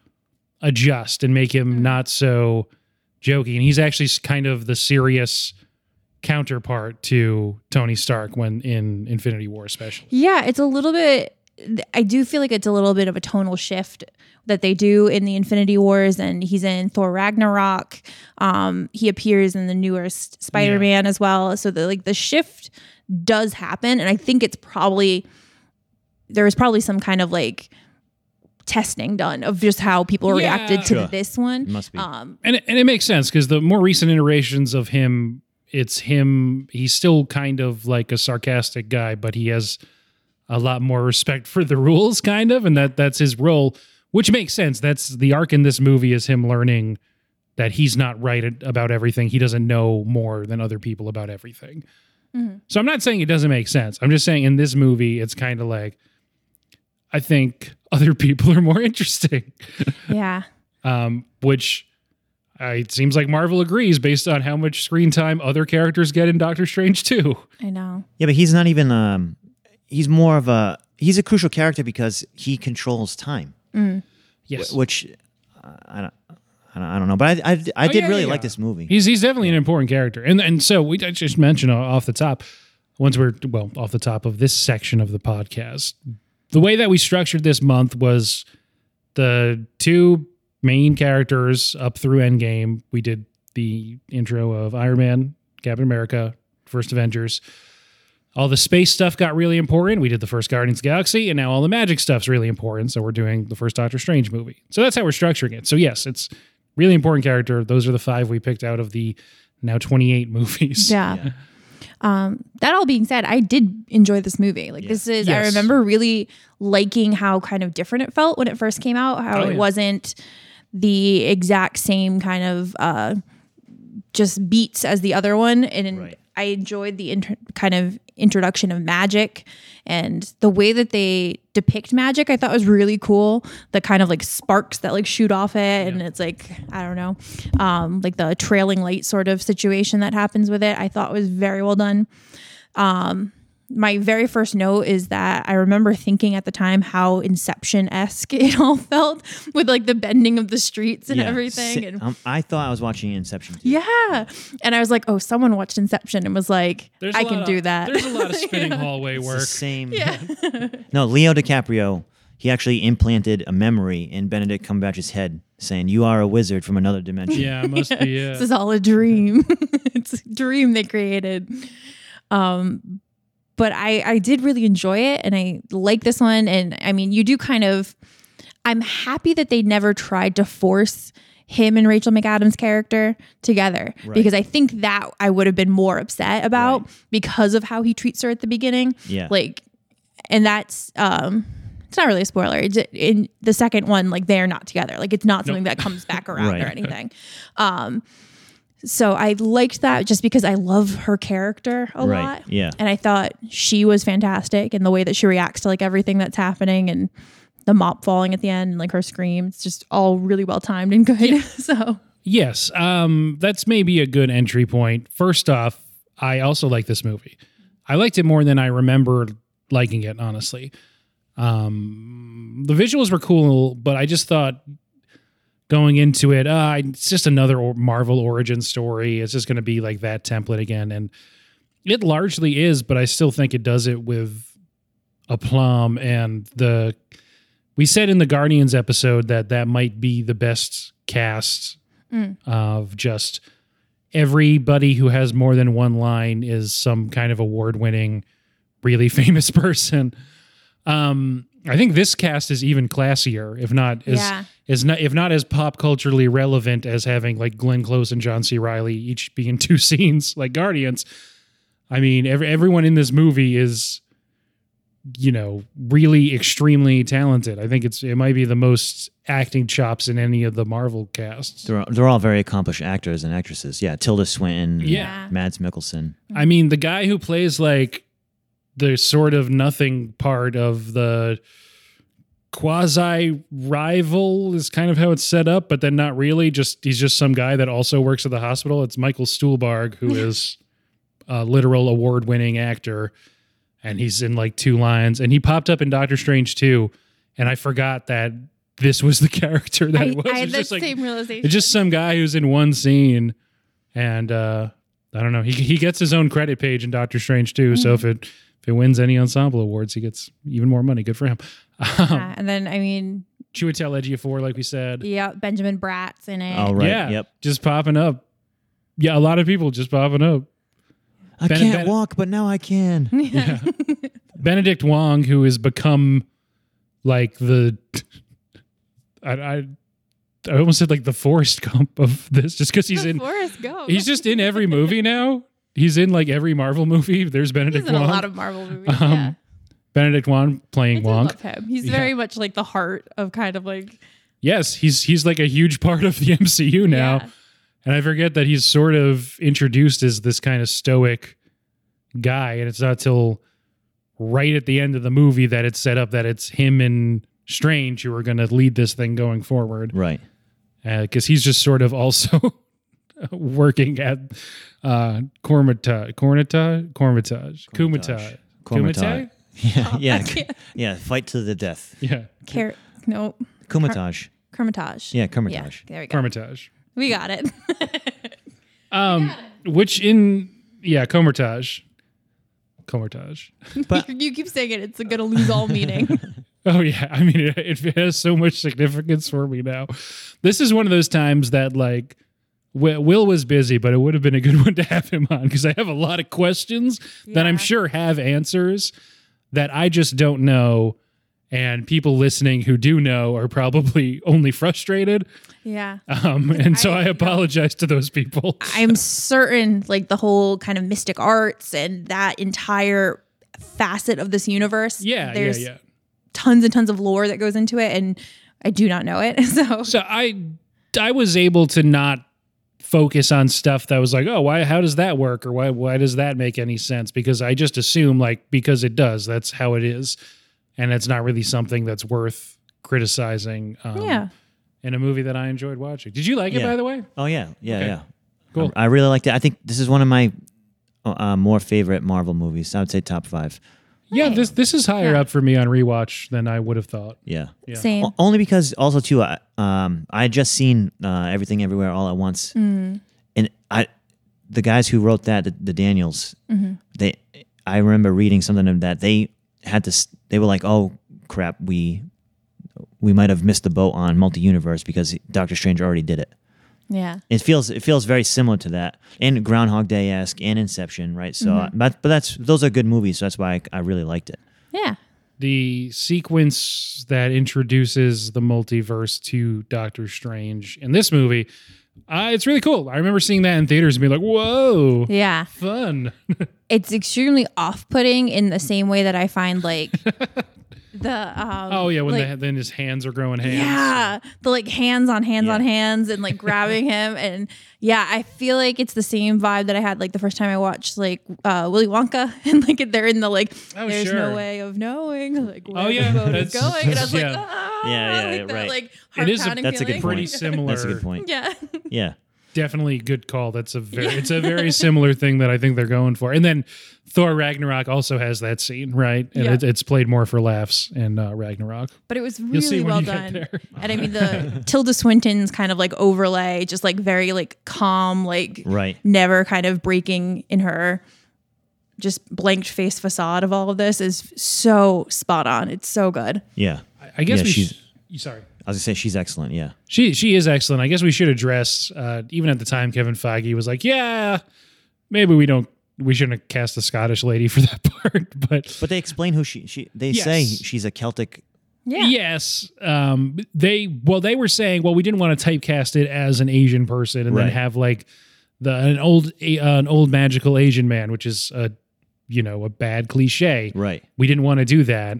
Speaker 1: adjust and make him not so jokey. And he's actually s- kind of the serious counterpart to Tony Stark when in Infinity War, especially.
Speaker 3: Yeah, it's a little bit. I do feel like it's a little bit of a tonal shift that they do in the Infinity Wars, and he's in Thor Ragnarok. Um, he appears in the newest Spider Man as well. So the like the shift does happen, and I think it's probably there was probably some kind of like testing done of just how people
Speaker 1: Yeah.
Speaker 3: reacted to
Speaker 2: Sure.
Speaker 3: this one.
Speaker 2: It must be.
Speaker 3: Um,
Speaker 1: And it, and it makes sense because the more recent iterations of him, it's him. He's still kind of like a sarcastic guy, but he has a lot more respect for the [LAUGHS] rules, kind of, and that that's his role, which makes sense. That's the arc in this movie is him learning that he's not right at- about everything. He doesn't know more than other people about everything.
Speaker 3: Mhm.
Speaker 1: So I'm not saying it doesn't make sense. I'm just saying in this movie, it's kind of like I think other [LAUGHS] people are more interesting
Speaker 3: yeah,
Speaker 1: um, which uh, it seems like Marvel agrees based on how much screen time other characters get in Doctor Strange 2.
Speaker 3: I know.
Speaker 2: Yeah, but he's not even. Um, he's more of a. He's a crucial character because he controls time,
Speaker 3: Mm.
Speaker 1: Yes.
Speaker 2: which uh, I don't. I don't, I don't know, but I I, I did
Speaker 1: Oh, yeah,
Speaker 2: really
Speaker 1: yeah,
Speaker 2: like
Speaker 1: yeah.
Speaker 2: this movie.
Speaker 1: [LAUGHS]
Speaker 3: [LAUGHS]
Speaker 1: He's he's definitely an important character, and and so we I just mentioned off the top. Once we're well off the top of this section of the podcast, the way that we structured this month was the two main characters up through Endgame. We did the intro of Iron Man, Captain America, First Avengers. All the space stuff got really important. We did the first Guardians of the Galaxy, and now all the magic stuff's really important. So we're doing the first Doctor Strange movie. So that's how we're structuring it. So yes, it's really important character. Those are the five we picked out of the now 28 movies.
Speaker 3: Yeah. Um, that all being said, I did enjoy this movie. Like this is, I
Speaker 1: Yes.
Speaker 3: remember really liking how kind of different it felt when it first came out. How
Speaker 1: Oh,
Speaker 3: it
Speaker 1: yeah.
Speaker 3: wasn't the exact same kind of uh, just beats as the other one, and
Speaker 2: Right.
Speaker 3: I enjoyed the inter- kind of introduction of magic and the way that they depict magic. I thought was really cool. The kind of like sparks that like shoot off it, and it's like I don't know, um, like the trailing light sort of situation that happens with it. I thought was very well done. Um, my very first note is that I remember thinking at the time how Inception esque [LAUGHS] it all felt with like the bending of the streets and
Speaker 2: Yeah.
Speaker 3: everything.
Speaker 2: Si-
Speaker 3: and
Speaker 2: um, I thought I was watching Inception. too.
Speaker 3: yeah. And I was like, oh, someone watched Inception and was like,
Speaker 1: There's a
Speaker 3: I
Speaker 1: lot
Speaker 3: can
Speaker 1: of-
Speaker 3: do that.
Speaker 1: There's a
Speaker 3: [LAUGHS]
Speaker 1: lot of spinning hallway
Speaker 2: It's the
Speaker 1: work.
Speaker 2: same.
Speaker 3: yeah.
Speaker 2: [LAUGHS]
Speaker 3: [LAUGHS]
Speaker 2: No, Leo DiCaprio. He actually implanted a memory in Benedict Cumberbatch's head, saying, "You are a wizard from another dimension."
Speaker 1: Yeah, it must
Speaker 3: [LAUGHS]
Speaker 1: be.
Speaker 3: This
Speaker 1: Yeah.
Speaker 3: is all a dream. [LAUGHS] it's a dream they created. Um, but I, I did really enjoy it and I like this one. And I mean, you do kind of, I'm happy that they never tried to force him and Rachel McAdams' character together
Speaker 2: Right.
Speaker 3: because I think that I would have been more upset about because of how he treats her at the beginning.
Speaker 2: Yeah.
Speaker 3: Like, and that's, um, it's not really a spoiler. It's in the second one, like they're not together. Like it's not something that
Speaker 1: [LAUGHS]
Speaker 3: comes back around or
Speaker 2: Right.
Speaker 3: anything. Um, so I liked that just because I love her character a
Speaker 2: Right,
Speaker 3: lot.
Speaker 2: yeah.
Speaker 3: And I thought she was fantastic and the way that she reacts to like everything that's happening and the mop falling at the end and like her scream. It's just all really well timed and good. [LAUGHS] so
Speaker 1: Yes, um, that's maybe a good entry point. First off, I also like this movie. I liked it more than I remember liking it, honestly. Um, the visuals were cool, but I just thought going into it, uh, it's just another or- Marvel origin story. It's just going to be like that template again. And it largely is, but I still think it does it with aplomb and the. We said in the Guardians episode that that might be the best cast of just everybody who has more than one line is some kind of award winning, really [LAUGHS] famous person. Um, I think this cast is even classier, if not as
Speaker 3: Yeah.
Speaker 1: is not if not as pop culturally relevant as having like Glenn Close and John C. Riley each being in [LAUGHS] two scenes like Guardians. I mean, every, everyone in this movie is, you know, really extremely talented. I think it's it might be the most acting chops in any of the Marvel casts.
Speaker 2: They're, they're all very accomplished actors and actresses. Yeah, Tilda Swinton,
Speaker 1: Yeah.
Speaker 2: Mads Mikkelsen.
Speaker 1: I mean, the guy who plays like the sort of nothing part of the quasi rival is kind of how it's set up, but then not really. Just he's just some guy that also works at the hospital. It's Michael Stuhlbarg,
Speaker 3: [LAUGHS]
Speaker 1: who is a literal award winning actor, and he's in like two lines, and he popped up in Doctor Strange too, and I forgot that this was the [LAUGHS] character that
Speaker 3: I,
Speaker 1: it was.
Speaker 3: I
Speaker 1: It's
Speaker 3: had that
Speaker 1: just, like,
Speaker 3: same realization.
Speaker 1: it's just some guy who's in one scene, and uh, I don't know. He he gets his own credit page in Doctor Strange too. So
Speaker 3: Hmm.
Speaker 1: if it if it wins any ensemble awards, he gets even more money. Good for him. [LAUGHS] Um,
Speaker 3: Yeah. and then I mean,
Speaker 1: Chiwetel Ejiofor, like we said,
Speaker 3: yeah, Benjamin Bratt's in it. [LAUGHS]
Speaker 2: Oh, right.
Speaker 1: yeah,
Speaker 2: Yep.
Speaker 1: just popping up. Yeah, a lot of people just popping
Speaker 3: [LAUGHS]
Speaker 1: up.
Speaker 2: I
Speaker 1: Bene-
Speaker 2: can't
Speaker 1: Bene-
Speaker 2: walk, but now I can.
Speaker 1: Yeah. Benedict Wong, who has become like the [LAUGHS] I, I I almost said like the Forrest Gump of this, just because he's in
Speaker 3: Forrest [LAUGHS] Gump.
Speaker 1: He's just in every movie now. He's in like every Marvel movie. There's Benedict
Speaker 3: He's in a
Speaker 1: Wong.
Speaker 3: lot of Marvel movies.
Speaker 1: Um,
Speaker 3: yeah.
Speaker 1: Benedict Wong
Speaker 3: I
Speaker 1: playing
Speaker 3: do
Speaker 1: Wong.
Speaker 3: love him. He's
Speaker 1: Yeah.
Speaker 3: very much like the heart of kind of like
Speaker 1: Yes, he's he's like a huge part of the [LAUGHS] MCU now.
Speaker 3: Yeah.
Speaker 1: And I forget that he's sort of introduced as this kind of stoic guy. And it's not till right at the end of the movie that it's set up that it's him and Strange who are going to lead this thing going forward.
Speaker 2: Right. [LAUGHS]
Speaker 1: because Uh, he's just sort of also [LAUGHS] working at uh, Cormita, Cornita, Cormitage, Kumita,
Speaker 2: Cormitage.
Speaker 1: Kumite,
Speaker 2: Yeah.
Speaker 3: I
Speaker 2: Yeah.
Speaker 3: can't-
Speaker 2: yeah. Fight to the death.
Speaker 1: yeah,
Speaker 3: Car- no
Speaker 2: Kumatage.
Speaker 3: Kermitage.
Speaker 2: Yeah, Kermitage.
Speaker 3: there we go.
Speaker 1: Cormitage.
Speaker 3: we got it. [LAUGHS]
Speaker 1: Um, which in yeah, Comertage, Comertage.
Speaker 2: But-
Speaker 3: you keep saying it; it's gonna lose
Speaker 1: [LAUGHS]
Speaker 3: all meaning.
Speaker 1: Oh yeah, I mean it, it has so much significance for me now. This is one of those times that like Wi- Will was busy, but it would have been a good [LAUGHS] one to have him on because I have a lot of questions that I'm
Speaker 3: Yeah.
Speaker 1: sure have answers that I just don't know, and people listening who do know are probably [LAUGHS] only frustrated. [LAUGHS]
Speaker 3: yeah,
Speaker 1: Um, and so I
Speaker 3: I-
Speaker 1: apologize to those people.
Speaker 3: I'm certain like the whole kind of mystic arts and that entire facet of this universe.
Speaker 1: [LAUGHS] yeah, yeah,
Speaker 3: there's
Speaker 1: yeah.
Speaker 3: tons and tons of lore that goes into it, and I do not know it. [LAUGHS] So,
Speaker 1: So I I was able to not focus on stuff that was like, oh, why how does that work or why why does that make any sense? Because I just assume like because it does, that's how it is. And it's not really something that's worth criticizing um,
Speaker 3: yeah,
Speaker 1: in a movie that I enjoyed watching. Did you like it
Speaker 2: Yeah.
Speaker 1: by the way?
Speaker 2: Oh yeah. Yeah.
Speaker 1: Okay.
Speaker 2: Yeah.
Speaker 1: Cool.
Speaker 2: I, I really liked it. I think this is one of my uh, more favorite Marvel movies. I would say top five.
Speaker 1: Yeah, this this is higher up for me on rewatch than I would have thought.
Speaker 2: Yeah.
Speaker 1: Yeah.
Speaker 3: Same.
Speaker 2: O- only because also too, I, um, I had just seen uh, Everything Everywhere All at Once,
Speaker 3: Mm.
Speaker 2: and I, the guys who wrote that, the, the Daniels,
Speaker 3: Mm-hmm.
Speaker 2: they, I remember reading something of that. They had to, s- they were like, oh crap, we, we might have missed the boat on multi universe because Doctor Strange already did it.
Speaker 3: Yeah.
Speaker 2: It feels it feels very similar to that, and Groundhog Day esque, and Inception, right? So, uh,
Speaker 3: Mm-hmm.
Speaker 2: but but that's those are good movies. So that's why I, I really liked it.
Speaker 3: Yeah.
Speaker 1: The sequence that introduces the multiverse to Doctor Strange in this movie, uh, it's really cool. I remember seeing that in theaters and being like, "Whoa,
Speaker 3: Yeah.
Speaker 1: fun!" [LAUGHS]
Speaker 3: It's extremely off putting in the same way that I find
Speaker 1: [LAUGHS]
Speaker 3: like the um
Speaker 1: oh yeah, when
Speaker 3: like,
Speaker 1: the, then his hands are growing hands.
Speaker 3: Yeah, the like hands on hands on
Speaker 2: Yeah.
Speaker 3: hands and like
Speaker 1: [LAUGHS]
Speaker 3: grabbing him and yeah, I feel like it's the same vibe that I had like the first time I watched like uh, Willy Wonka [LAUGHS] and like they're in the like
Speaker 1: Oh,
Speaker 3: there's
Speaker 1: sure.
Speaker 3: no way of knowing like where
Speaker 1: Oh, yeah,
Speaker 3: the boat is
Speaker 1: that's-
Speaker 3: going and I was
Speaker 1: yeah.
Speaker 3: like ah,
Speaker 2: Yeah, yeah,
Speaker 3: like, that,
Speaker 2: right.
Speaker 3: like,
Speaker 1: It is a-
Speaker 3: heart-pounding
Speaker 2: That's a good
Speaker 3: feeling.
Speaker 1: Pretty
Speaker 2: point.
Speaker 1: similar.
Speaker 2: That's a good point.
Speaker 3: yeah
Speaker 2: Yeah,
Speaker 1: Definitely good call. That's a very
Speaker 3: Yeah.
Speaker 1: it's a
Speaker 3: [LAUGHS]
Speaker 1: very similar thing that I think they're going for. And then Thor Ragnarok also has that scene, right? And
Speaker 3: Yeah.
Speaker 1: it, it's played more for laughs in uh, Ragnarok.
Speaker 3: but it was
Speaker 1: You'll see
Speaker 3: really
Speaker 1: when
Speaker 3: well
Speaker 1: you get
Speaker 3: done
Speaker 1: there.
Speaker 3: [LAUGHS] and I mean
Speaker 1: [LAUGHS]
Speaker 3: the Tilda Swinton's kind of like overlay just like very like calm like [LAUGHS]
Speaker 2: right.
Speaker 3: never kind of breaking in her just blanked face facade of all of this is so spot on. It's so good.
Speaker 2: Yeah,
Speaker 1: I, I guess
Speaker 2: Yeah,
Speaker 1: we.
Speaker 2: she's-
Speaker 1: Sh- you- sorry.
Speaker 2: I was gonna say she's excellent. Yeah,
Speaker 1: She she is excellent. I guess we should address uh, even at the time Kevin Feige was like, yeah, maybe we don't we shouldn't have cast a Scottish lady for [LAUGHS] that part, but.
Speaker 2: but they explain who she she. They
Speaker 1: Yes.
Speaker 2: say she's a Celtic.
Speaker 1: Yes, um, they well they were saying well we didn't want to typecast it as an Asian person and then
Speaker 2: Right.
Speaker 1: have like the an old a- uh, an old magical Asian man which is a you know a bad cliche
Speaker 2: Right.
Speaker 1: we didn't want to do that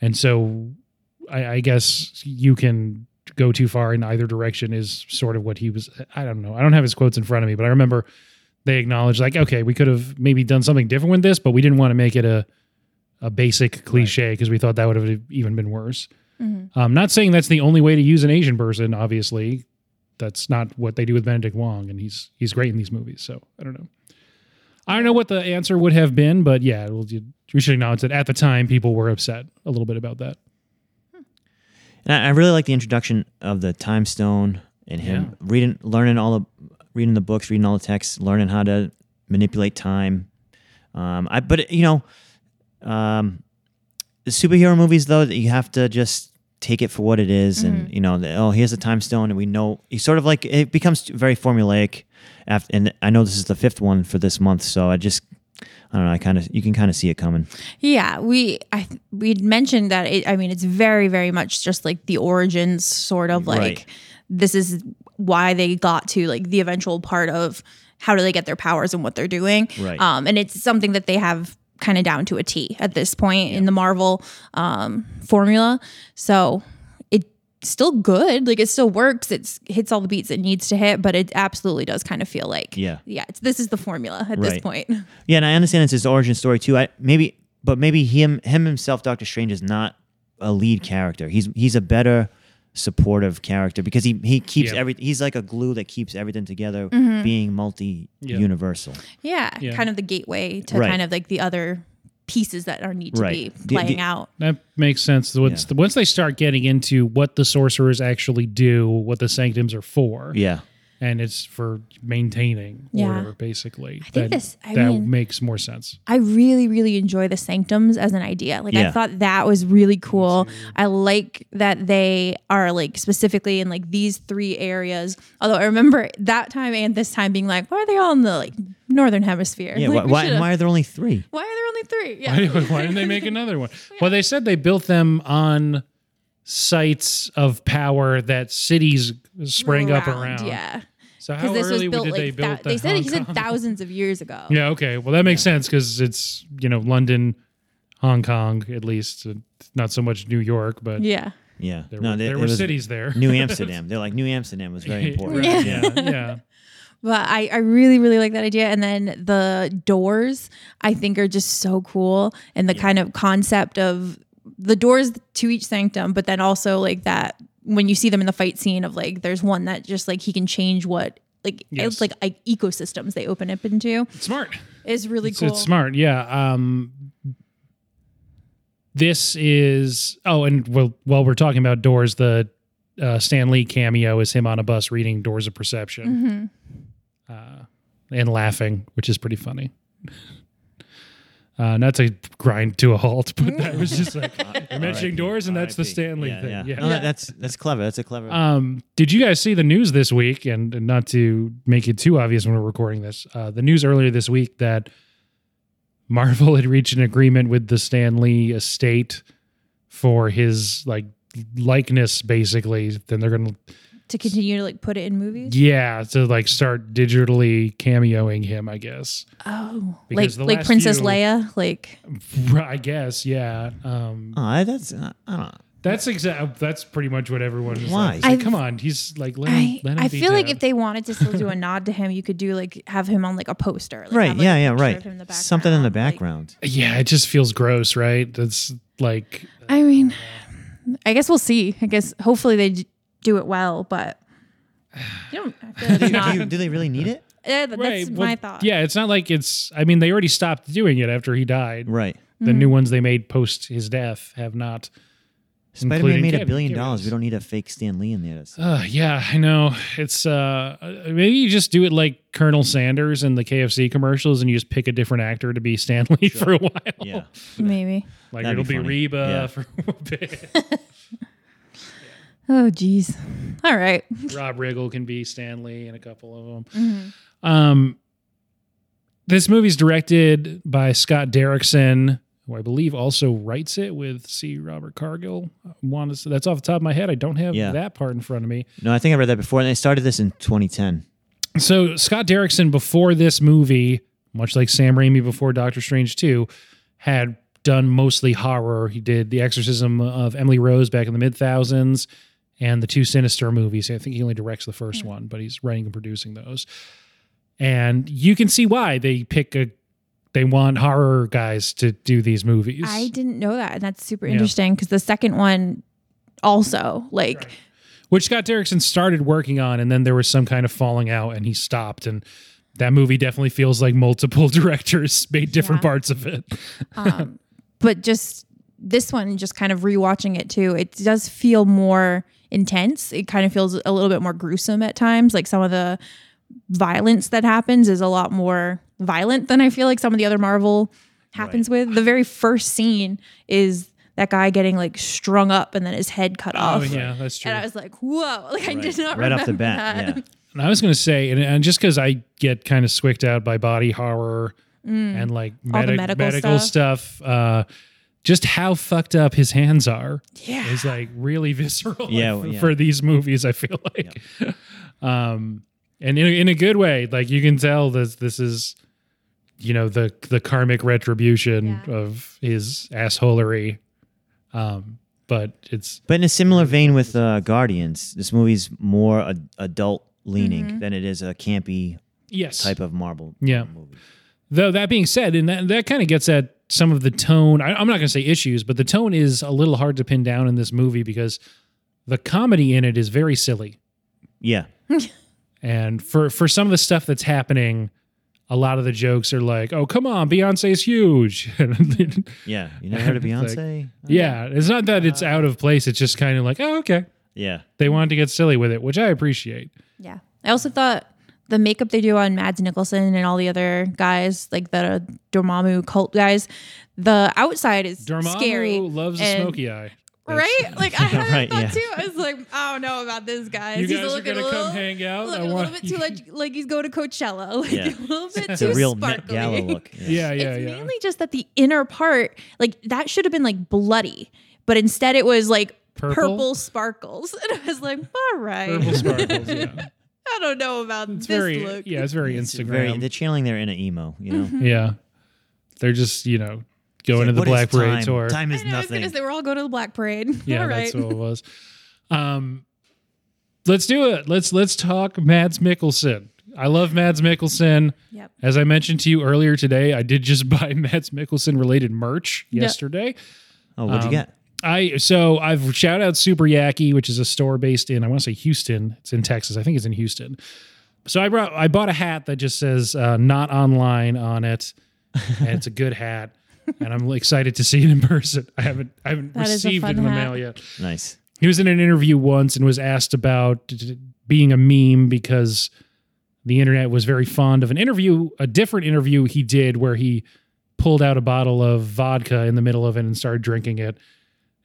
Speaker 1: and so I, I guess you can go too far in either direction is sort of what he was i don't know i don't have his quotes in front of me but i remember they acknowledged like okay we could have maybe done something different with this but we didn't want to make it a a basic cliche because we thought that would have even been worse
Speaker 3: Mhm.
Speaker 1: i'm not saying that's the only way to use an asian person obviously that's not what they do with benedict wong and he's he's great in these movies so i don't know i don't know what the answer would have been but yeah we'll, we should acknowledge that at the time people were upset a little bit about that
Speaker 2: And I, I really like the introduction of the time stone and him
Speaker 1: Yeah.
Speaker 2: reading, learning all the, reading the books, reading all the texts, learning how to manipulate time. Um, I but you know, um, the superhero movies though that you have to just take it for what it is and you know, the, oh here's the time stone and we know you sort of like it becomes very formulaic. After and I know this is the fifth one for this month, so I just. I don't know. I kind of you can kind of see it coming.
Speaker 3: Yeah, we I th- we'd mentioned that it, I mean it's very very much just like the origins sort of like
Speaker 2: Right.
Speaker 3: this is why they got to like the eventual part of how do they get their powers and what they're doing.
Speaker 2: Right.
Speaker 3: Um and it's something that they have kind of down to a T at this point in the Marvel um formula. So it's still good. Like it still works. It's hits all the beats it needs to hit, but it absolutely does kind of feel like
Speaker 2: Yeah.
Speaker 3: Yeah, it's, this is the formula at this
Speaker 2: Right.
Speaker 3: point.
Speaker 2: Yeah, and I understand it's his origin story too. I maybe, but maybe him him himself, Doctor Strange, is not a lead character. He's he's a better supportive character because he he keeps
Speaker 1: Yeah.
Speaker 2: every he's like a glue that keeps everything together,
Speaker 3: Mm-hmm.
Speaker 2: being multi
Speaker 1: Yeah.
Speaker 2: universal.
Speaker 3: Yeah,
Speaker 1: Yeah.
Speaker 3: kind of the gateway to
Speaker 2: Right.
Speaker 3: kind of like the other pieces that are need to
Speaker 2: Right.
Speaker 3: be
Speaker 2: The-
Speaker 3: playing
Speaker 2: the-
Speaker 3: out.
Speaker 1: That makes sense. Once, once they start getting into what the sorcerers actually do, what the sanctums are for,
Speaker 2: Yeah,
Speaker 1: and it's for maintaining
Speaker 3: Yeah.
Speaker 1: order, basically. I
Speaker 3: think this- I
Speaker 1: that
Speaker 3: mean-
Speaker 1: makes more sense. [LAUGHS]
Speaker 3: I really, really enjoy the sanctums as an idea. Like
Speaker 2: Yeah.
Speaker 3: I thought that was really cool. I like that they are like specifically in like these three areas. Although I remember that time and this time being like, why are they all in the like northern hemisphere?
Speaker 2: yeah.
Speaker 3: [LAUGHS] Like,
Speaker 2: why
Speaker 3: we
Speaker 2: why,
Speaker 3: should've-
Speaker 2: why are there only three?
Speaker 3: why are there only three?
Speaker 1: Why,
Speaker 3: Yeah.
Speaker 1: why didn't they make another
Speaker 3: [LAUGHS]
Speaker 1: one? Well, they said they built them on sites of power that cities sprang up around.
Speaker 3: Yeah.
Speaker 1: So how
Speaker 3: Because this was
Speaker 1: early
Speaker 3: built
Speaker 1: did
Speaker 3: like
Speaker 1: they build
Speaker 3: thou-
Speaker 1: that?
Speaker 3: they said
Speaker 1: Hong
Speaker 3: he said
Speaker 1: Kong?
Speaker 3: thousands of years ago.
Speaker 1: Yeah, okay. Well, that makes sense because it's, you know, London, Hong Kong, at least, uh, not so much New York, but
Speaker 3: Yeah.
Speaker 2: Yeah,
Speaker 1: there were,
Speaker 2: they-
Speaker 1: there
Speaker 2: it
Speaker 1: were
Speaker 2: was
Speaker 1: cities there.
Speaker 2: New Amsterdam. They're like New Amsterdam was very important.
Speaker 1: [LAUGHS] Right,
Speaker 2: Yeah.
Speaker 1: yeah, yeah.
Speaker 3: But I, I really, really like that idea. And then the doors, I think, are just so cool. And the kind of concept of the doors to each sanctum, but then also like that when you see them in the fight scene of like, there's one that just like he can change what like
Speaker 1: Yes.
Speaker 3: it's like I- ecosystems they open up into.
Speaker 1: Smart.
Speaker 3: It's really
Speaker 1: It's,
Speaker 3: cool.
Speaker 1: it's smart. Yeah. Um, this is oh, and while while we're talking about doors, the uh, Stan Lee cameo is him on a bus reading Doors of Perception
Speaker 3: Mhm.
Speaker 1: uh, and laughing, which is pretty funny. Uh, not to grind to a halt, but that was just
Speaker 2: [LAUGHS]
Speaker 1: like
Speaker 2: You're
Speaker 1: mentioning doors, and that's the Stanley
Speaker 2: yeah,
Speaker 1: thing.
Speaker 2: Yeah.
Speaker 1: Yeah.
Speaker 2: No, that- that's that's clever. That's a clever.
Speaker 1: Um, did you guys see the news this week? And, and not to make it too obvious when we're recording this, uh, the news earlier this week that Marvel [LAUGHS] had reached an agreement with the Stan Lee estate for his like likeness, basically. Then they're gonna,
Speaker 3: to continue to like put it in movies.
Speaker 1: yeah, to like start digitally cameoing him, I guess.
Speaker 3: Oh,
Speaker 1: Because the
Speaker 3: like like
Speaker 1: last
Speaker 3: Princess
Speaker 1: few-
Speaker 3: Leia, like
Speaker 1: I guess, yeah. Um,
Speaker 2: oh, that's uh, I don't.
Speaker 1: that's exact. That's pretty much what everyone. Was
Speaker 2: Why?
Speaker 1: Like, It's like,
Speaker 3: I've-
Speaker 1: come on, he's like. Let him,
Speaker 3: I,
Speaker 1: let him
Speaker 3: I
Speaker 1: be
Speaker 3: feel like
Speaker 1: dead.
Speaker 3: if they wanted to
Speaker 1: [LAUGHS]
Speaker 3: still do a nod to him, you could do like have him on like a poster, like,
Speaker 2: right.
Speaker 3: have, like,
Speaker 2: yeah.
Speaker 3: a
Speaker 2: Yeah.
Speaker 3: picture
Speaker 2: Right.
Speaker 3: of him the
Speaker 2: Something in the
Speaker 3: background, like-
Speaker 2: background.
Speaker 1: yeah, it just feels gross, right? That's like
Speaker 3: I mean, I guess we'll see. I guess hopefully they d- do it well, but [SIGHS] you don't. I [LAUGHS] feel like
Speaker 2: do,
Speaker 3: it's
Speaker 2: you-
Speaker 3: not.
Speaker 2: do you- do they really need it?
Speaker 3: Yeah, but that's
Speaker 1: well,
Speaker 3: my thought.
Speaker 1: Yeah, it's not like it's. I mean, they already stopped doing it after he died.
Speaker 2: Right.
Speaker 1: The
Speaker 3: Mm-hmm.
Speaker 1: new ones they made post his death have not.
Speaker 2: Spider
Speaker 1: Including
Speaker 2: Man made a
Speaker 1: Cam-
Speaker 2: billion
Speaker 1: cameos.
Speaker 2: dollars. We don't need a fake Stan Lee in there.
Speaker 1: [LAUGHS]
Speaker 2: That's-
Speaker 1: Uh, yeah, I know. It's uh, maybe you just do it like Colonel Sanders in the KFC commercials, and you just pick a different actor to be Stanley [LAUGHS] for a while.
Speaker 2: Yeah.
Speaker 3: maybe.
Speaker 1: like
Speaker 2: That'd
Speaker 1: it'll
Speaker 2: be
Speaker 1: be,
Speaker 2: funny.
Speaker 1: Reba
Speaker 2: Yeah.
Speaker 1: for a bit.
Speaker 3: [LAUGHS] Oh, geez. All right.
Speaker 1: Rob Riggle can be Stanley and a couple of them.
Speaker 3: Mm-hmm.
Speaker 1: Um, this movie's directed by Scott Derrickson, who I believe also writes it with C. Robert Cargill. I want to say- that's off the top of my head. I don't have
Speaker 2: Yeah.
Speaker 1: that part in front of me.
Speaker 2: No, I think I read that before. And they started this in 2010.
Speaker 1: So Scott Derrickson, before this movie, much like Sam Raimi before Doctor Strange 2, had done mostly horror. He did The Exorcism of Emily Rose back in the mid thousands and the two Sinister movies. I think he only directs the first one, but he's writing and producing those. And you can see why they pick a they want horror guys to do these movies.
Speaker 3: I didn't know that, and that's super
Speaker 1: Yeah.
Speaker 3: interesting because the second one also like
Speaker 1: Right. which Scott Derrickson started working on, and then there was some kind of falling out, and he stopped. And that movie definitely feels like multiple [LAUGHS] directors made different
Speaker 3: Yeah.
Speaker 1: parts of it.
Speaker 3: um, [LAUGHS] but just this one just kind of rewatching it too it does feel more intense it kind of feels a little bit more gruesome at times like some of the violence that happens is a lot more violent than i feel like some of the other marvel happens with the very first scene is that guy getting like strung up and then his head cut off
Speaker 1: Oh yeah, that's true.
Speaker 3: and i was like whoa like i did not
Speaker 2: Right off the
Speaker 3: remember
Speaker 2: bat.
Speaker 1: [LAUGHS]
Speaker 3: that.
Speaker 2: Yeah.
Speaker 1: And I was going to say, and, and just because I get kind of squicked out by body horror and like
Speaker 3: Mm. All the
Speaker 1: medi-
Speaker 3: medical
Speaker 1: stuff, uh, just how fucked up his hands are
Speaker 3: yeah
Speaker 1: is like really [LAUGHS] visceral
Speaker 2: Yeah,
Speaker 1: for,
Speaker 2: yeah.
Speaker 1: for these movies. I feel like, [LAUGHS] um, and in a, in a good way, like you can tell this this is, you know, the the karmic retribution
Speaker 3: Yeah.
Speaker 1: of his assholery, um, but it's
Speaker 2: But in a similar vein with uh, Guardians, this movie's more ad- adult leaning than it is a campy
Speaker 1: yes
Speaker 2: type of Marvel
Speaker 1: Mm-hmm. Yeah.
Speaker 2: movie.
Speaker 1: Though that being said, and that, that kind of gets at some of the tone. I, I'm not going to say issues, but the tone is a little hard to pin down in this movie because the comedy in it is very silly,
Speaker 2: Yeah.
Speaker 1: and for for some of the stuff that's happening, a lot of the jokes are like, "Oh, come on, Beyonce's huge." [LAUGHS]
Speaker 2: Yeah. You never heard of
Speaker 1: It's like-
Speaker 2: Beyonce?
Speaker 1: yeah, it's not that it's out of place. It's just kind of like, "Oh, okay."
Speaker 2: Yeah.
Speaker 1: They wanted to get silly with it, which I appreciate.
Speaker 3: Yeah. I also thought the makeup they do on Mads Nicholson and all the other guys, like the Dormammu cult guys, the outside is
Speaker 1: Dormammu
Speaker 3: scary.
Speaker 1: loves a
Speaker 3: and-
Speaker 1: smoky eye. That's-
Speaker 3: Right? Like
Speaker 1: [LAUGHS]
Speaker 3: I had
Speaker 2: Right,
Speaker 3: that thought
Speaker 2: yeah.
Speaker 3: too. I was like, I don't know about this guy.
Speaker 1: You
Speaker 3: He's
Speaker 1: guys are
Speaker 3: looking
Speaker 1: gonna
Speaker 3: a little,
Speaker 1: come hang out.
Speaker 3: looking
Speaker 1: I
Speaker 3: a
Speaker 1: want
Speaker 3: little
Speaker 1: [LAUGHS]
Speaker 3: bit too like, like he's going to Coachella. [LAUGHS] Like
Speaker 2: Yeah.
Speaker 3: a little bit
Speaker 2: It's
Speaker 3: too
Speaker 2: a real Met
Speaker 3: sparkly.
Speaker 2: Gala look.
Speaker 1: [LAUGHS] Yeah, yeah,
Speaker 3: it's
Speaker 1: yeah.
Speaker 3: mainly just that the inner part, like that should have been like bloody, but instead it was like
Speaker 1: Purple?
Speaker 3: purple, sparkles. [LAUGHS] And I was like, all right.
Speaker 1: Purple sparkles.
Speaker 3: [LAUGHS]
Speaker 1: Yeah,
Speaker 3: I don't know about
Speaker 1: it's
Speaker 3: this
Speaker 1: very
Speaker 3: look.
Speaker 1: yeah, it's very
Speaker 2: It's
Speaker 1: Instagram.
Speaker 2: very- they're channeling their inner emo,
Speaker 1: [LAUGHS]
Speaker 2: you know?
Speaker 1: Yeah. They're just, you know, going to the
Speaker 2: What is
Speaker 1: Black Parade
Speaker 2: time?
Speaker 1: tour.
Speaker 2: Time
Speaker 3: I
Speaker 2: is
Speaker 3: know, I was
Speaker 2: nothing.
Speaker 3: gonna say we're all going to the Black Parade. [LAUGHS]
Speaker 1: Yeah,
Speaker 3: all right.
Speaker 1: that's what it was. Um let's do it. Let's let's talk Mads Mikkelsen. I love Mads Mikkelsen.
Speaker 3: Yep.
Speaker 1: As I mentioned to you earlier today, I did just [LAUGHS] buy Mads Mikkelsen related merch
Speaker 3: Yeah.
Speaker 1: yesterday.
Speaker 2: oh,
Speaker 1: um,
Speaker 2: what'd you get?
Speaker 1: I so I've shout out Super Yaki, which is a store based in I want to say Houston. It's in Texas. I think it's in Houston. So I brought I bought a hat that just says uh, "not online" on
Speaker 3: [LAUGHS]
Speaker 1: it, and it's a good hat. And I'm excited to see it in person. I haven't I haven't
Speaker 3: That is a
Speaker 1: received it
Speaker 3: fun
Speaker 1: in the
Speaker 3: hat.
Speaker 1: mail yet.
Speaker 2: Nice. [LAUGHS]
Speaker 1: He was in an interview once and was asked about d- d- being a meme because the internet was very fond of an interview, a different interview he did where he pulled out a bottle of vodka in the middle of it and started drinking it.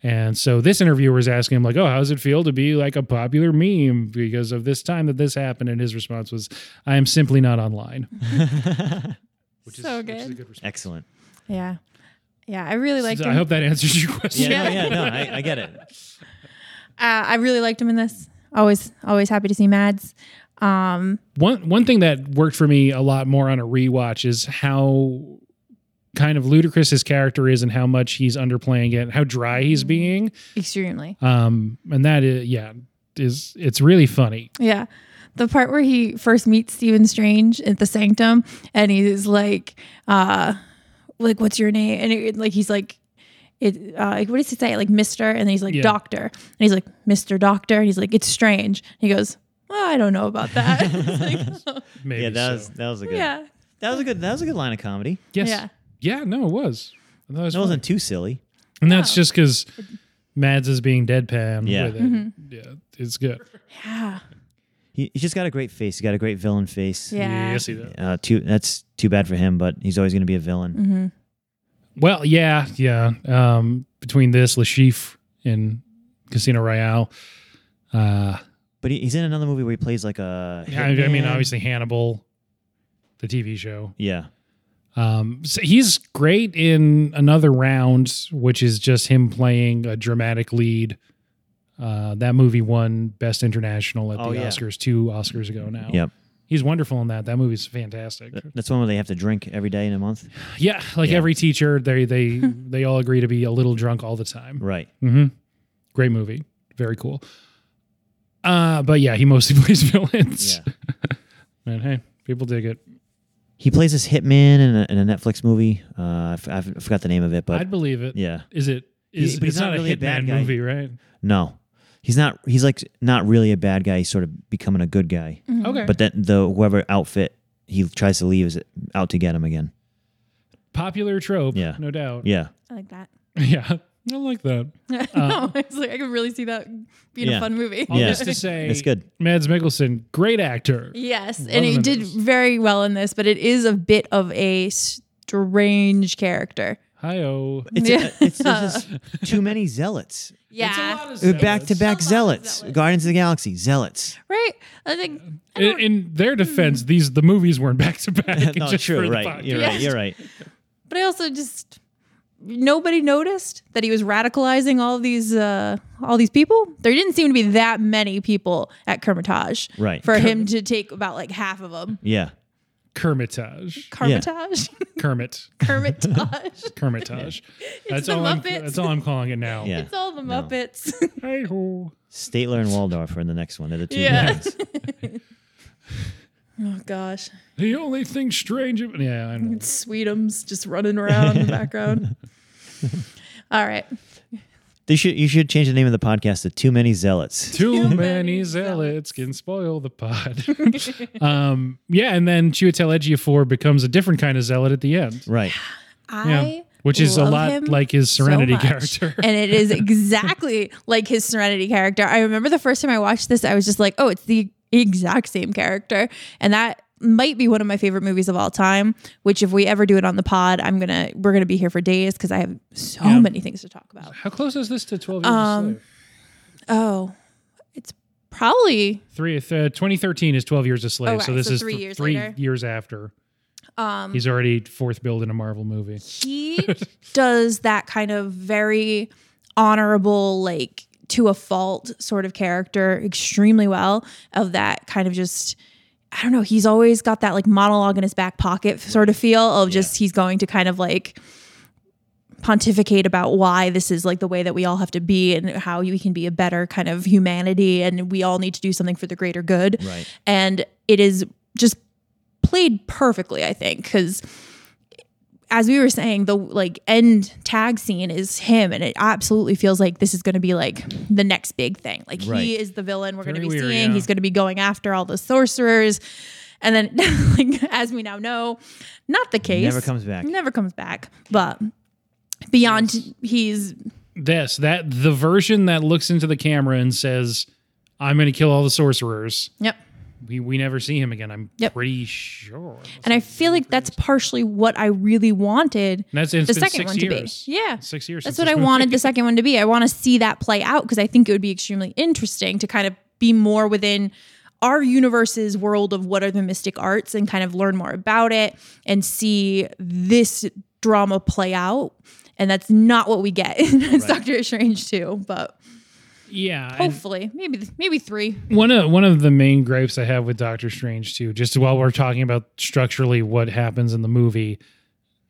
Speaker 1: And so this interviewer was asking him like, "Oh, how does it feel to be like a popular meme because of this time that this happened?" And his response was, "I am simply not online." Which
Speaker 3: So
Speaker 1: which a
Speaker 3: good.
Speaker 1: good response.
Speaker 2: Excellent.
Speaker 3: Yeah. Yeah. I really liked
Speaker 1: So
Speaker 3: him.
Speaker 1: I hope that answers your
Speaker 2: [LAUGHS] Yeah,
Speaker 1: question.
Speaker 2: no, yeah, no, I, I get it.
Speaker 3: uh, I really liked him in this. Always, always happy to see Mads. Um,
Speaker 1: One one thing that worked for me a lot more on a rewatch is how kind of ludicrous his character is and how much he's underplaying it, how dry
Speaker 2: Mm-hmm.
Speaker 1: he's being.
Speaker 3: extremely.
Speaker 1: Um, and that is yeah, is it's really funny.
Speaker 3: Yeah. The part where he first meets Stephen Strange at the Sanctum and he's like, uh, like, what's your name? And it, like, he's like, it, uh, like, what does he say? Like, Mr. And then he's like,
Speaker 1: Yeah.
Speaker 3: Doctor. And he's like, Mr. Doctor. And he's like, it's strange. And he goes, well, I don't know about that. [LAUGHS]
Speaker 1: [LAUGHS]
Speaker 3: It's like,
Speaker 1: [LAUGHS]
Speaker 3: "Oh."
Speaker 1: Maybe
Speaker 2: Yeah, that was
Speaker 1: so.
Speaker 2: that was a good.
Speaker 3: yeah.
Speaker 2: That was a good. That was a good line of comedy.
Speaker 1: yes.
Speaker 3: yeah.
Speaker 1: Yeah. no, it was. That was
Speaker 2: That
Speaker 1: funny.
Speaker 2: wasn't too silly.
Speaker 1: and that's just because Mads is being deadpan
Speaker 2: Yeah.
Speaker 1: with it.
Speaker 3: Mm-hmm.
Speaker 1: Yeah, it's good.
Speaker 3: Yeah.
Speaker 2: He, he's just got a great face. He got a great villain face.
Speaker 3: Yeah.
Speaker 1: Yes, he does.
Speaker 2: Uh, too. That's too bad for him, but he's always going to be a
Speaker 3: Mm.
Speaker 2: villain.
Speaker 3: Mm-hmm.
Speaker 1: Well, yeah, yeah. Um, between this, Lashif and Casino Royale. Uh
Speaker 2: But he, he's in another movie where he plays like a.
Speaker 1: Yeah, I, I mean,
Speaker 2: hitman.
Speaker 1: obviously Hannibal, the TV show.
Speaker 2: Yeah.
Speaker 1: Um, so he's great in another round, which is just him playing a dramatic lead. Uh, that movie won Best International at
Speaker 2: Oh,
Speaker 1: the
Speaker 2: yeah.
Speaker 1: Oscars two Oscars ago now.
Speaker 2: Yep.
Speaker 1: He's wonderful in that. That movie's fantastic.
Speaker 2: Th- That's one where they have to drink every day in a month.
Speaker 1: Yeah, like
Speaker 2: Yeah.
Speaker 1: every teacher, they
Speaker 2: [LAUGHS]
Speaker 1: they they all agree to be a little drunk all the time. [LAUGHS]
Speaker 2: Right.
Speaker 1: hmm Great movie, very cool. Uh, but yeah, he mostly [LAUGHS] plays villains.
Speaker 2: Yeah.
Speaker 1: And hey, people dig it.
Speaker 2: He plays this hitman in a, in a Netflix movie. Uh, I, f- I f- I forgot the name of it, but
Speaker 1: I'd believe it.
Speaker 2: yeah,
Speaker 1: Is it?
Speaker 2: Yeah,
Speaker 1: Is,
Speaker 2: but he's
Speaker 1: it's
Speaker 2: not
Speaker 1: not, a
Speaker 2: really a
Speaker 1: hitman
Speaker 2: bad guy.
Speaker 1: movie, right?
Speaker 2: no, he's not. He's like not really a bad guy. He's sort of becoming a good
Speaker 3: Mm.
Speaker 2: guy.
Speaker 3: Mm-hmm.
Speaker 1: Okay.
Speaker 2: But then the whoever outfit he tries to leave is out to get him again.
Speaker 1: popular trope,
Speaker 2: Yeah.
Speaker 1: no doubt.
Speaker 2: Yeah,
Speaker 3: I like that.
Speaker 1: [LAUGHS]
Speaker 3: [LAUGHS]
Speaker 1: Yeah, I like that.
Speaker 3: Uh, no, [LAUGHS] it's like I could really see that being
Speaker 2: Yeah.
Speaker 3: a fun movie.
Speaker 1: All
Speaker 2: Yeah.
Speaker 1: this to say,
Speaker 2: It's good.
Speaker 1: Mads Mikkelsen, great actor.
Speaker 3: Yes,
Speaker 1: Love
Speaker 3: and he
Speaker 1: him.
Speaker 3: did very well in this, but it is a bit of a strange character.
Speaker 1: Hi oh.
Speaker 2: it's uh,
Speaker 3: Yeah.
Speaker 2: it's there's just
Speaker 3: [LAUGHS]
Speaker 2: too many
Speaker 1: [LAUGHS]
Speaker 2: zealots.
Speaker 3: Yeah,
Speaker 2: Back to back
Speaker 3: It's a lot of
Speaker 2: zealots.
Speaker 3: zealots.
Speaker 2: Guardians of the Galaxy zealots.
Speaker 3: [LAUGHS] right. I think I
Speaker 1: In,
Speaker 3: don't- Hmm.
Speaker 1: in their defense, these the movies weren't back to back.
Speaker 2: [LAUGHS] no,
Speaker 1: [LAUGHS] just for
Speaker 2: true.
Speaker 1: the
Speaker 2: Right.
Speaker 1: podcast.
Speaker 2: You're right.
Speaker 3: podcast.
Speaker 2: You're right.
Speaker 3: but I also just nobody noticed that he was radicalizing all these uh, all these people. There didn't seem to be that many people at Kermitage
Speaker 2: Right.
Speaker 3: for him to take about like half of them.
Speaker 2: Yeah.
Speaker 1: Kermitage,
Speaker 3: Kermitage, [LAUGHS]
Speaker 1: Kermit,
Speaker 3: Kermitage. [LAUGHS]
Speaker 1: Kermitage. that's
Speaker 3: the
Speaker 1: all. I'm,
Speaker 3: Muppets.
Speaker 1: that's all I'm calling it now.
Speaker 2: Yeah.
Speaker 3: It's all the
Speaker 2: No.
Speaker 1: [LAUGHS]
Speaker 3: Muppets.
Speaker 1: Hi ho.
Speaker 2: Statler and Waldorf are in the next one. They're the two
Speaker 3: Yeah.
Speaker 2: villains.
Speaker 3: [LAUGHS] oh gosh,
Speaker 1: The only thing strange. ab- Yeah, I know.
Speaker 3: Sweetums just running around in
Speaker 1: [LAUGHS]
Speaker 3: the background. All right.
Speaker 2: They should you should change the name of the podcast to Too Many Zealots.
Speaker 1: Too many zealots can spoil the pod. [LAUGHS]
Speaker 3: [LAUGHS]
Speaker 1: um, yeah, and then Chiwetel Ejiofor becomes a different kind of zealot at the end.
Speaker 2: Right.
Speaker 1: Yeah,
Speaker 3: I
Speaker 1: which is a
Speaker 3: love
Speaker 1: lot
Speaker 3: him
Speaker 1: like his
Speaker 3: so
Speaker 1: Serenity
Speaker 3: much. [LAUGHS]
Speaker 1: character.
Speaker 3: and it
Speaker 1: [LAUGHS]
Speaker 3: is exactly like his Serenity character. I remember the first time I watched this, I was just like, "Oh, it's the exact same character," and that might be one of my favorite movies of all time. Which, if we ever do it on the pod, I'm gonna we're gonna be here for days because I have so many things to talk about.
Speaker 1: How close is this to Twelve Years
Speaker 3: Um,
Speaker 1: a Slave?
Speaker 3: Oh, it's probably
Speaker 1: Three, uh, 2013 is Twelve Years a Slave,
Speaker 3: Oh, right,
Speaker 1: so this
Speaker 3: so
Speaker 1: is
Speaker 3: three
Speaker 1: th-
Speaker 3: years
Speaker 1: three
Speaker 3: later.
Speaker 1: years after.
Speaker 3: um,
Speaker 1: He's already fourth billed in a Marvel movie.
Speaker 3: he does that kind of very honorable like to a fault sort of character extremely well of that kind of just i don't know he's always got that like monologue in his back pocket sort of feel of just he's going to kind of like pontificate about why this is like the way that we all have to be and how we can be a better kind of humanity and we all need to do something for the greater good
Speaker 2: Right.
Speaker 3: and it is just played perfectly i think because as we were saying, the like end tag scene is him, and it absolutely feels like this is going to be like the next big thing. Like
Speaker 2: Right.
Speaker 3: he is the villain we're going to
Speaker 1: Very
Speaker 3: be
Speaker 1: weird,
Speaker 3: seeing.
Speaker 1: yeah.
Speaker 3: He's going to be going after all the sorcerers, and then [LAUGHS] like as we now know, not the case.
Speaker 2: Never comes back.
Speaker 3: Never comes back. But beyond, he's
Speaker 1: This that the version that looks into the camera and says, "I'm going to kill all the sorcerers."
Speaker 3: yep.
Speaker 1: We we never see him again. I'm
Speaker 3: Yep.
Speaker 1: pretty sure.
Speaker 3: And I feel like that's partially what I really wanted
Speaker 1: And that's and
Speaker 3: the
Speaker 1: it's been
Speaker 3: second
Speaker 1: six
Speaker 3: one
Speaker 1: years.
Speaker 3: to be. Yeah.
Speaker 1: Six years.
Speaker 3: That's
Speaker 1: since
Speaker 3: what I
Speaker 1: this movie.
Speaker 3: wanted the second one to be. I want to see that play out because I think it would be extremely interesting to kind of be more within our universe's world of what are the mystic arts and kind of learn more about it and see this drama play out. And that's not what we get [LAUGHS] in Doctor Strange 2, but
Speaker 1: Yeah. and-
Speaker 3: hopefully, maybe maybe 3.
Speaker 1: one of one of the main gripes I have with Doctor Strange too, just while we're talking about structurally what happens in the movie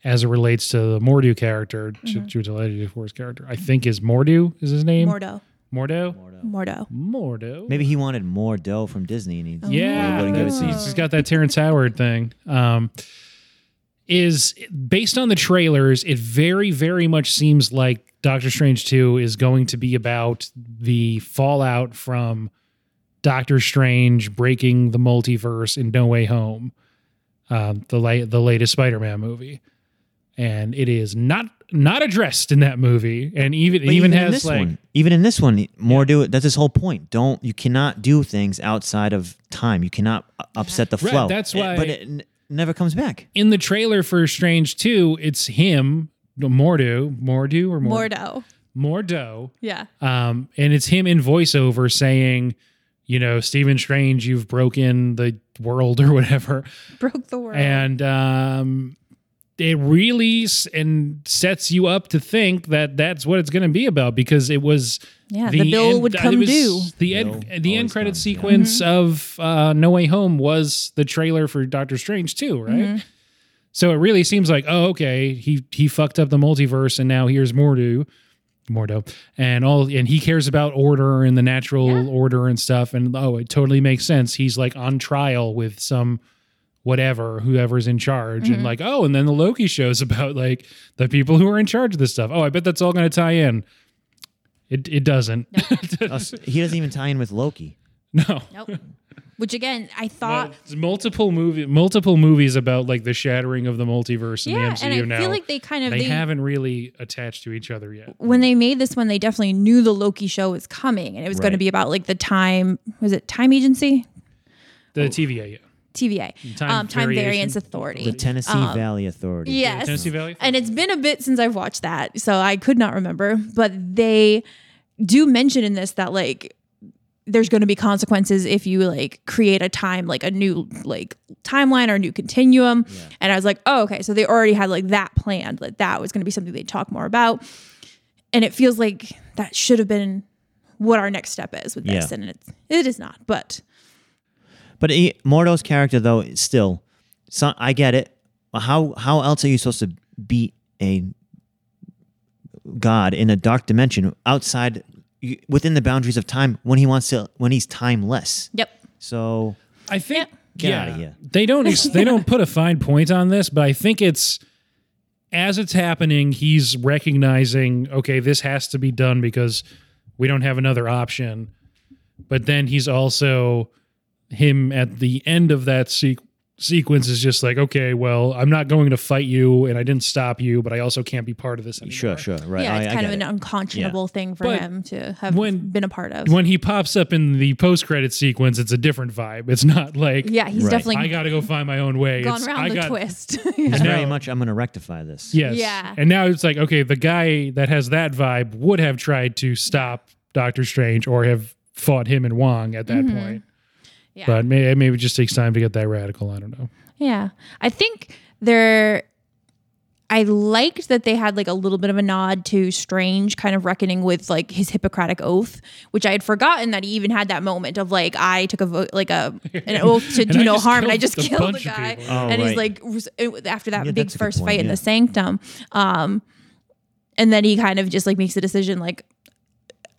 Speaker 1: as it relates to the Mordu character,
Speaker 3: Mm-hmm.
Speaker 1: mm character, I think is Mordu is his name.
Speaker 3: Mordo.
Speaker 1: Mordo.
Speaker 3: Mordo.
Speaker 1: Mordo.
Speaker 2: Maybe he wanted more dough from Disney and he
Speaker 3: Oh,
Speaker 1: Yeah,
Speaker 2: They wouldn't give it
Speaker 1: that's-
Speaker 2: to you.
Speaker 1: he's got that Terrence Howard thing. Um, is based on the trailers, it very, very much seems like Doctor Strange Two is going to be about the fallout from Doctor Strange breaking the multiverse in No Way Home, um, the la- the latest Spider Man movie, and it is not not addressed in that movie, and even it
Speaker 2: But
Speaker 1: even,
Speaker 2: in
Speaker 1: has
Speaker 2: this
Speaker 1: like
Speaker 2: one, even in this one, more do it. That's his whole point. Don't you cannot do things outside of time. You cannot u- upset the
Speaker 1: Right,
Speaker 2: flow.
Speaker 1: that's
Speaker 2: It-
Speaker 1: why-
Speaker 2: but it n- never comes back.
Speaker 1: in the trailer for Strange Two, it's him. Mordu, Mordu, or Mordu,
Speaker 3: Mordo.
Speaker 1: Mordo,
Speaker 3: Yeah.
Speaker 1: um, and it's him in voiceover saying, you know, Stephen Strange, you've broken the world [LAUGHS] or whatever,
Speaker 3: Broke the world.
Speaker 1: and um, it really s- and sets you up to think that that's what it's going to be about because it was
Speaker 3: yeah, the, bill
Speaker 1: end-
Speaker 3: would
Speaker 1: it
Speaker 3: come
Speaker 1: was-
Speaker 3: due.
Speaker 1: [LAUGHS] The
Speaker 2: Bill
Speaker 1: end, the end
Speaker 2: always
Speaker 1: credit
Speaker 2: comes, yeah.
Speaker 1: sequence of uh, No Way Home was the trailer for Doctor Strange too, right? So it really seems like, oh, okay, he he fucked up the multiverse, and now here's Mordo, Mordo, and all, and he cares about order and the natural
Speaker 3: Yeah.
Speaker 1: order and stuff, and oh, it totally makes sense. He's like on trial with some whatever whoever's in charge and like oh and then the loki shows [LAUGHS] about like the people who are in charge of this stuff oh i bet that's all going to tie in it, it doesn't
Speaker 2: [LAUGHS] Us- he doesn't even tie in with Loki.
Speaker 1: [LAUGHS] no.
Speaker 3: Nope. Which again, I thought
Speaker 1: No, it's multiple movie, multiple movies about like the shattering of the multiverse in the MCU
Speaker 3: and I
Speaker 1: now.
Speaker 3: feel like they kind of
Speaker 1: they,
Speaker 3: they,
Speaker 1: haven't really attached to each other yet.
Speaker 3: when they made this one, they definitely knew the Loki show was coming, and it was going to
Speaker 2: Right.
Speaker 3: be about like the time was it time agency
Speaker 1: The
Speaker 2: Oh.
Speaker 1: TVA, yeah.
Speaker 3: TVA
Speaker 1: Time
Speaker 3: um, time
Speaker 1: Variation
Speaker 3: variance authority
Speaker 2: The Tennessee
Speaker 3: Um,
Speaker 2: Valley Authority.
Speaker 3: Yes,
Speaker 1: Tennessee Valley.
Speaker 3: and it's been a bit since I've watched that, so I could not remember. But they do mention in this that like there's going to be consequences if you like create a time like a new like timeline or a new continuum. And I was like, oh okay, so they already had like that planned. Like that was going to be something they talk more about. And it feels like that should have been what our next step is with this,
Speaker 2: Yeah.
Speaker 3: and it's it is not. But
Speaker 2: But he, Mordo's character, though, is still, so I get it. How how else are you supposed to beat a god in a dark dimension outside, you- within the boundaries of time when he wants to when he's timeless?
Speaker 3: yep,
Speaker 2: So
Speaker 1: I think
Speaker 2: Get
Speaker 1: yeah,
Speaker 2: outta here.
Speaker 1: they don't ex- they
Speaker 3: [LAUGHS]
Speaker 1: don't put a fine point on this, but I think it's as it's happening, he's recognizing okay, this has to be done because we don't have another option. But then he's also him at the end of that sequ- sequence is just like okay, well, I'm not going to fight you, and I didn't stop you, but I also can't be part of this anymore.
Speaker 2: sure, sure, right?
Speaker 3: yeah,
Speaker 2: I-
Speaker 3: it's
Speaker 2: I
Speaker 3: kind of
Speaker 2: get
Speaker 3: an
Speaker 2: it.
Speaker 3: unconscionable thing for
Speaker 1: But
Speaker 3: him to have
Speaker 1: when-
Speaker 3: been a part of.
Speaker 1: When he pops up in the post credit sequence, it's a different vibe. It's not like
Speaker 3: yeah, he's
Speaker 2: Right.
Speaker 3: definitely
Speaker 1: I got to go find my own way.
Speaker 3: gone
Speaker 1: It's,
Speaker 3: around
Speaker 1: I
Speaker 3: the
Speaker 1: got,
Speaker 3: twist. [LAUGHS]
Speaker 2: It's
Speaker 1: No.
Speaker 2: very much. I'm going to rectify this.
Speaker 1: Yes.
Speaker 3: Yeah.
Speaker 1: And now it's like, okay, the guy that has that vibe would have tried to stop Doctor Strange or have fought him and Wong at that point.
Speaker 3: Mm-hmm. Yeah.
Speaker 1: But may, maybe it just takes time to get that radical. I don't know.
Speaker 3: yeah. I think there I liked that they had like a little bit of a nod to Strange kind of reckoning with like his Hippocratic oath, which I had forgotten that he even had that moment of like I took a vo- like a an oath
Speaker 1: [LAUGHS]
Speaker 3: to
Speaker 1: And
Speaker 3: do
Speaker 1: I
Speaker 3: no
Speaker 1: just
Speaker 3: harm and I
Speaker 1: killed
Speaker 3: just
Speaker 1: a
Speaker 3: killed the
Speaker 1: bunch of
Speaker 3: guy.
Speaker 1: people.
Speaker 2: Oh,
Speaker 3: and
Speaker 2: right.
Speaker 3: he's like res- it- after that
Speaker 2: Yeah,
Speaker 3: big
Speaker 2: that's a good
Speaker 3: first
Speaker 2: point,
Speaker 3: fight in
Speaker 2: yeah.
Speaker 3: the sanctum. Um and then he kind of just like makes a decision like